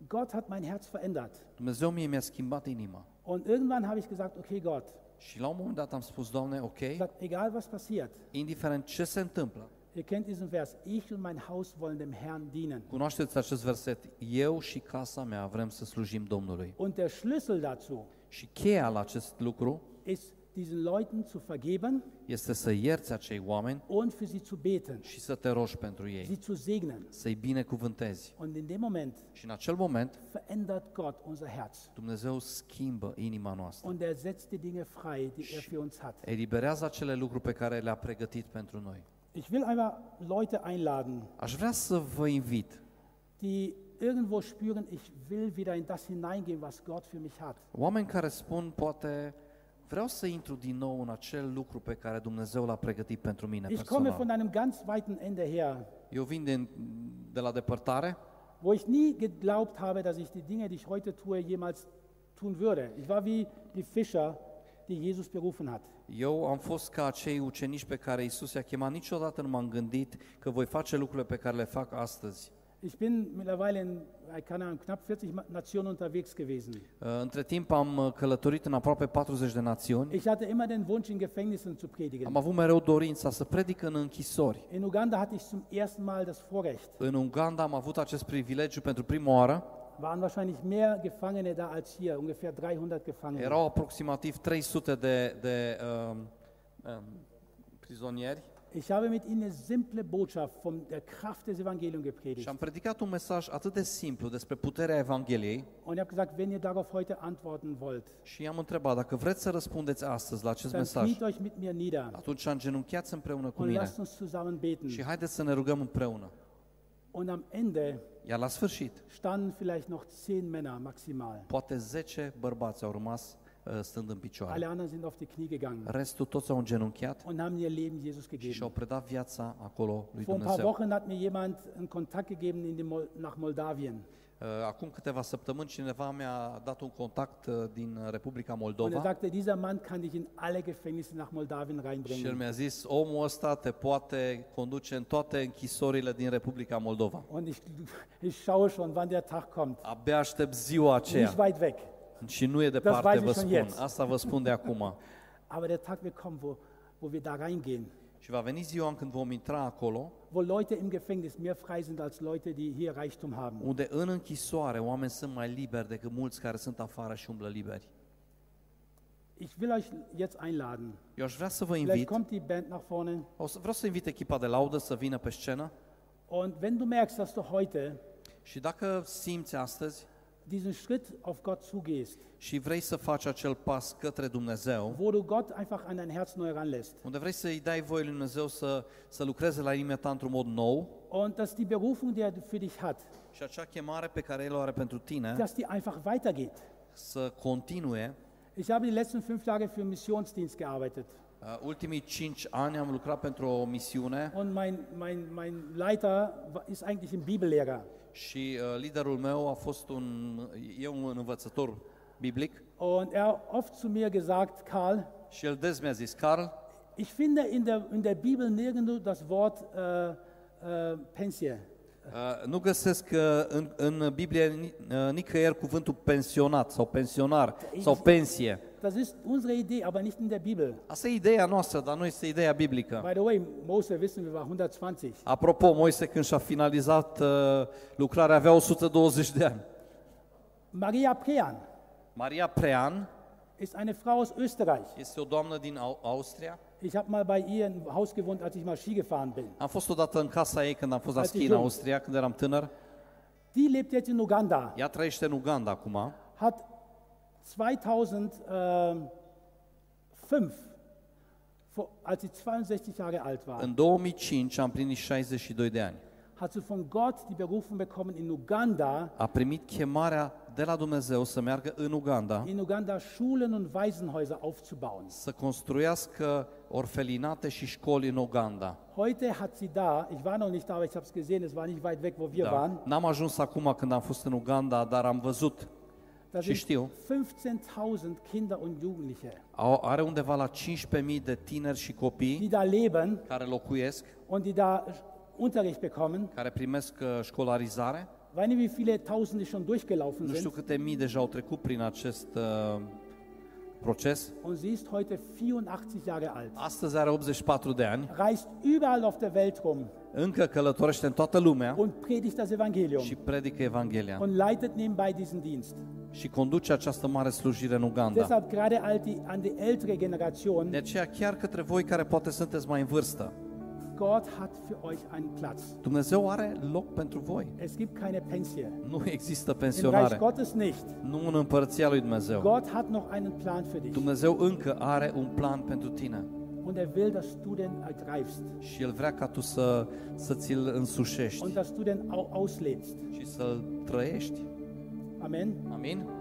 Speaker 1: Gott hat mein Herz verändert.
Speaker 2: Dumnezeu mie mi-a schimbat inima.
Speaker 1: Und irgendwann habe ich gesagt, okay Gott,
Speaker 2: Și la un moment dat am spus, Doamne, ok,
Speaker 1: ich sag, egal was passiert,
Speaker 2: indiferent ce se întâmplă,
Speaker 1: ihr kennt diesen Vers, ich und mein Haus wollen dem Herrn dienen.
Speaker 2: cunoașteți acest verset, eu și casa mea vrem să slujim Domnului.
Speaker 1: Und der Schlüssel dazu
Speaker 2: Și cheia la acest lucru
Speaker 1: ist, diesen Leuten zu vergeben
Speaker 2: este să ierți acei oameni
Speaker 1: und für sie zu beten,
Speaker 2: și să te rogi pentru ei,
Speaker 1: sie zu segnen.
Speaker 2: să-i binecuvântezi.
Speaker 1: Und in dem Moment
Speaker 2: Și în acel moment,
Speaker 1: verändert Gott unser Herz.
Speaker 2: Dumnezeu schimbă inima noastră.
Speaker 1: Und er setzt die Dinge frei, die er für uns hat.
Speaker 2: Eliberează acele lucruri pe care le-a pregătit pentru noi.
Speaker 1: Ich will einmal Leute einladen,
Speaker 2: Aș vrea să vă invit,
Speaker 1: die irgendwo spüren, ich will wieder in das hineingehen, was Gott für mich hat.
Speaker 2: oameni care spun, poate, vreau să intru din nou în acel lucru pe care Dumnezeu l-a pregătit pentru mine
Speaker 1: Ich komme von
Speaker 2: personal.
Speaker 1: einem ganz weiten Ende her,
Speaker 2: Eu vin din, de la depărtare,
Speaker 1: wo ich nie geglaubt habe, dass ich die Dinge, die ich heute tue, jemals tun würde. Ich war wie die Fischer, die Jesus berufen hat.
Speaker 2: Eu am fost ca acei ucenici pe care Iisus i-a chemat, niciodată nu m-am gândit că voi face lucrurile pe care le fac astăzi. Uh,
Speaker 1: Ich bin mittlerweile in äh, keine Ahnung, knapp 40 Ma- Nationen unterwegs gewesen.
Speaker 2: Uh, Între timp am uh, călătorit în aproape 40 de națiuni.
Speaker 1: Ich hatte immer den Wunsch, in Gefängnissen zu predigen.
Speaker 2: Mhm. Am avut mereu dorința să predic în închisori.
Speaker 1: In Uganda hatte ich zum ersten Mal das Vorrecht.
Speaker 2: În Uganda am avut acest privilegiu pentru prima oară.
Speaker 1: Waren wahrscheinlich mehr Gefangene da als hier, ungefähr 300 Gefangene.
Speaker 2: Erau aproximativ 300 de, de um, um, prizonieri
Speaker 1: Ich habe mit ihnen eine simple Botschaft von der Kraft des Evangeliums
Speaker 2: și
Speaker 1: gepredigt.
Speaker 2: am predicat un mesaj atât de simplu despre puterea Evangheliei
Speaker 1: Und ich habe gesagt, wenn ihr darauf heute antworten wollt,
Speaker 2: și i-am întrebat dacă vreți să răspundeți astăzi la acest
Speaker 1: dann
Speaker 2: mesaj.
Speaker 1: kniet euch mit mir nieder
Speaker 2: Atunci am genunchiat împreună cu
Speaker 1: und
Speaker 2: mine
Speaker 1: lasst uns zusammen beten.
Speaker 2: Și haideți să ne rugăm împreună.
Speaker 1: Und am Ende
Speaker 2: Iar la sfârșit,
Speaker 1: standen vielleicht noch zehn Männer maximal.
Speaker 2: poate 10 bărbați au rămas uh, stând în picioare.
Speaker 1: Alle anderen sind auf die Knie gegangen
Speaker 2: Restul toți au îngenunchiat
Speaker 1: und haben ihr Leben Jesus
Speaker 2: și și-au
Speaker 1: gegeben.
Speaker 2: predat viața acolo lui
Speaker 1: Vor ein paar
Speaker 2: Dumnezeu.
Speaker 1: Wochen hat mir jemand einen Kontakt gegeben in die Mol nach Moldawien.
Speaker 2: Uh, Acum câteva săptămâni cineva mi-a dat un contact uh, din Republica
Speaker 1: Und er
Speaker 2: Moldova
Speaker 1: sagte, dieser Mann kann dich in alle Gefängnisse nach Moldawien
Speaker 2: și el
Speaker 1: reinbringen.
Speaker 2: mi-a zis, omul ăsta te poate conduce în toate închisorile din Republica Moldova.
Speaker 1: Und ich, ich schaue schon, wann der Tag kommt.
Speaker 2: Abia aștept ziua aceea
Speaker 1: Nicht weit weg.
Speaker 2: și nu e departe,
Speaker 1: weiß
Speaker 2: vă
Speaker 1: ich schon
Speaker 2: spun.
Speaker 1: jetzt.
Speaker 2: Asta vă spun de acum.
Speaker 1: Aber der Tag wird kommen, wo, wo wir da reingehen.
Speaker 2: Și va veni ziua când vom intra acolo
Speaker 1: Wo Leute im Gefängnis mehr frei sind als Leute, die hier Reichtum haben.
Speaker 2: unde în închisoare oameni sunt mai liberi decât mulți care sunt afară și umblă liberi.
Speaker 1: Ich will euch jetzt einladen.
Speaker 2: Eu aș vrea să vă
Speaker 1: Vielleicht
Speaker 2: invit,
Speaker 1: kommt die Band nach vorne.
Speaker 2: o să, vreau să invit echipa de laudă să vină pe scenă
Speaker 1: Und wenn du merkst, dass du heute
Speaker 2: și dacă simți astăzi
Speaker 1: diesen Schritt auf Gott zugehst,
Speaker 2: și vrei să faci acel pas către Dumnezeu,
Speaker 1: wo du Gott einfach an dein Herz neu ranlässt
Speaker 2: unde vrei să-i dai voie lui Dumnezeu să, să lucreze la inima ta într-un mod nou
Speaker 1: und dass die Berufung, die er für dich hat,
Speaker 2: și acea chemare pe care El o are pentru tine
Speaker 1: dass die einfach weitergeht.
Speaker 2: să continue.
Speaker 1: Ich habe die letzten fünf Tage für den Missionsdienst gearbeitet
Speaker 2: Uh, Ultimii cinci ani am lucrat pentru o misiune
Speaker 1: und mein, mein, mein Leiter wa- ist eigentlich ein Bibellehrer
Speaker 2: și uh, liderul meu a fost un, e un învățător biblic
Speaker 1: und er hat oft zu mir gesagt, Karl,
Speaker 2: Și el des mi-a zis, Carl,
Speaker 1: ich finde in der, in der Bibel nirgendwo das Wort äh, äh, Pensie.
Speaker 2: uh, nu găsesc uh, în, în Biblie ni- uh, nicăieri cuvântul pensionat sau pensionar sau pensie.
Speaker 1: Das ist unsere Idee, aber nicht in der Bibel.
Speaker 2: Asta e ideea noastră, dar nu este ideea biblică.
Speaker 1: By the way, Mose wissen wir war 120.
Speaker 2: Apropo, Moise când și-a finalizat uh, lucrarea avea 120 de ani.
Speaker 1: Maria Prean
Speaker 2: Maria Prean
Speaker 1: ist eine Frau aus Österreich.
Speaker 2: este o doamnă din Au- Austria.
Speaker 1: Ich habe mal bei ihr im Haus gewohnt, als ich mal Ski gefahren bin.
Speaker 2: Am fost odată în casa ei când am fost la
Speaker 1: Ați
Speaker 2: schi în
Speaker 1: jung.
Speaker 2: Austria, când eram tânăr.
Speaker 1: Die lebt jetzt in Uganda,
Speaker 2: Ea trăiește în Uganda acum.
Speaker 1: hat ähm, 2005, vor- als sie 62 Jahre alt war,
Speaker 2: Ähm. În 2005 am plinit 62 de ani.
Speaker 1: hat sie von Gott die Berufung bekommen, in Uganda,
Speaker 2: A primit chemarea de la Dumnezeu să meargă în Uganda,
Speaker 1: in Uganda Schulen und Waisenhäuser aufzubauen.
Speaker 2: să construiască orfelinate și școli în Uganda.
Speaker 1: Heute hat sie da, ich war noch nicht da, aber ich habe es gesehen, es war nicht weit weg, wo wir
Speaker 2: Da.
Speaker 1: waren,
Speaker 2: N-am ajuns acum când am fost în Uganda, dar am văzut.
Speaker 1: da
Speaker 2: Sie
Speaker 1: sind
Speaker 2: still.
Speaker 1: 15.000 Kinder und Jugendliche,
Speaker 2: Au, are undeva la 15.000 de tineri și copii
Speaker 1: die da leben
Speaker 2: care locuiesc,
Speaker 1: und die da Unterricht bekommen.
Speaker 2: care primesc uh, școlarizare.
Speaker 1: Weißt du, wie viele Tausende schon durchgelaufen
Speaker 2: Nu știu
Speaker 1: sind?
Speaker 2: câte mii deja au trecut prin acest uh, proces.
Speaker 1: Und sie ist heute 84 Jahre alt,
Speaker 2: Astăzi are 84 de ani,
Speaker 1: reist überall auf der Welt rum
Speaker 2: încă călătorește în toată lumea
Speaker 1: und predigt das Evangelium
Speaker 2: și predică Evanghelia
Speaker 1: und leitet nebenbei diesen Dienst.
Speaker 2: și conduce această mare slujire în Uganda.
Speaker 1: Deshalb gerade all die, an die ältere Generation,
Speaker 2: De aceea, chiar către voi care poate sunteți mai în vârstă,
Speaker 1: Gott hat für euch einen Platz.
Speaker 2: Dumnezeu are loc pentru voi.
Speaker 1: Es gibt keine Pensie.
Speaker 2: Nu există
Speaker 1: Im Reich
Speaker 2: pensionare,
Speaker 1: Gottes nicht.
Speaker 2: nu în împărția lui Dumnezeu.
Speaker 1: Gott hat noch einen Plan für dich.
Speaker 2: Dumnezeu încă are un plan pentru tine
Speaker 1: Und er will, dass du den ergreifst
Speaker 2: și El vrea ca tu să, să ți-l însușești
Speaker 1: und dass du den auch auslebst.
Speaker 2: și să-l trăiești.
Speaker 1: Amen.
Speaker 2: Amin?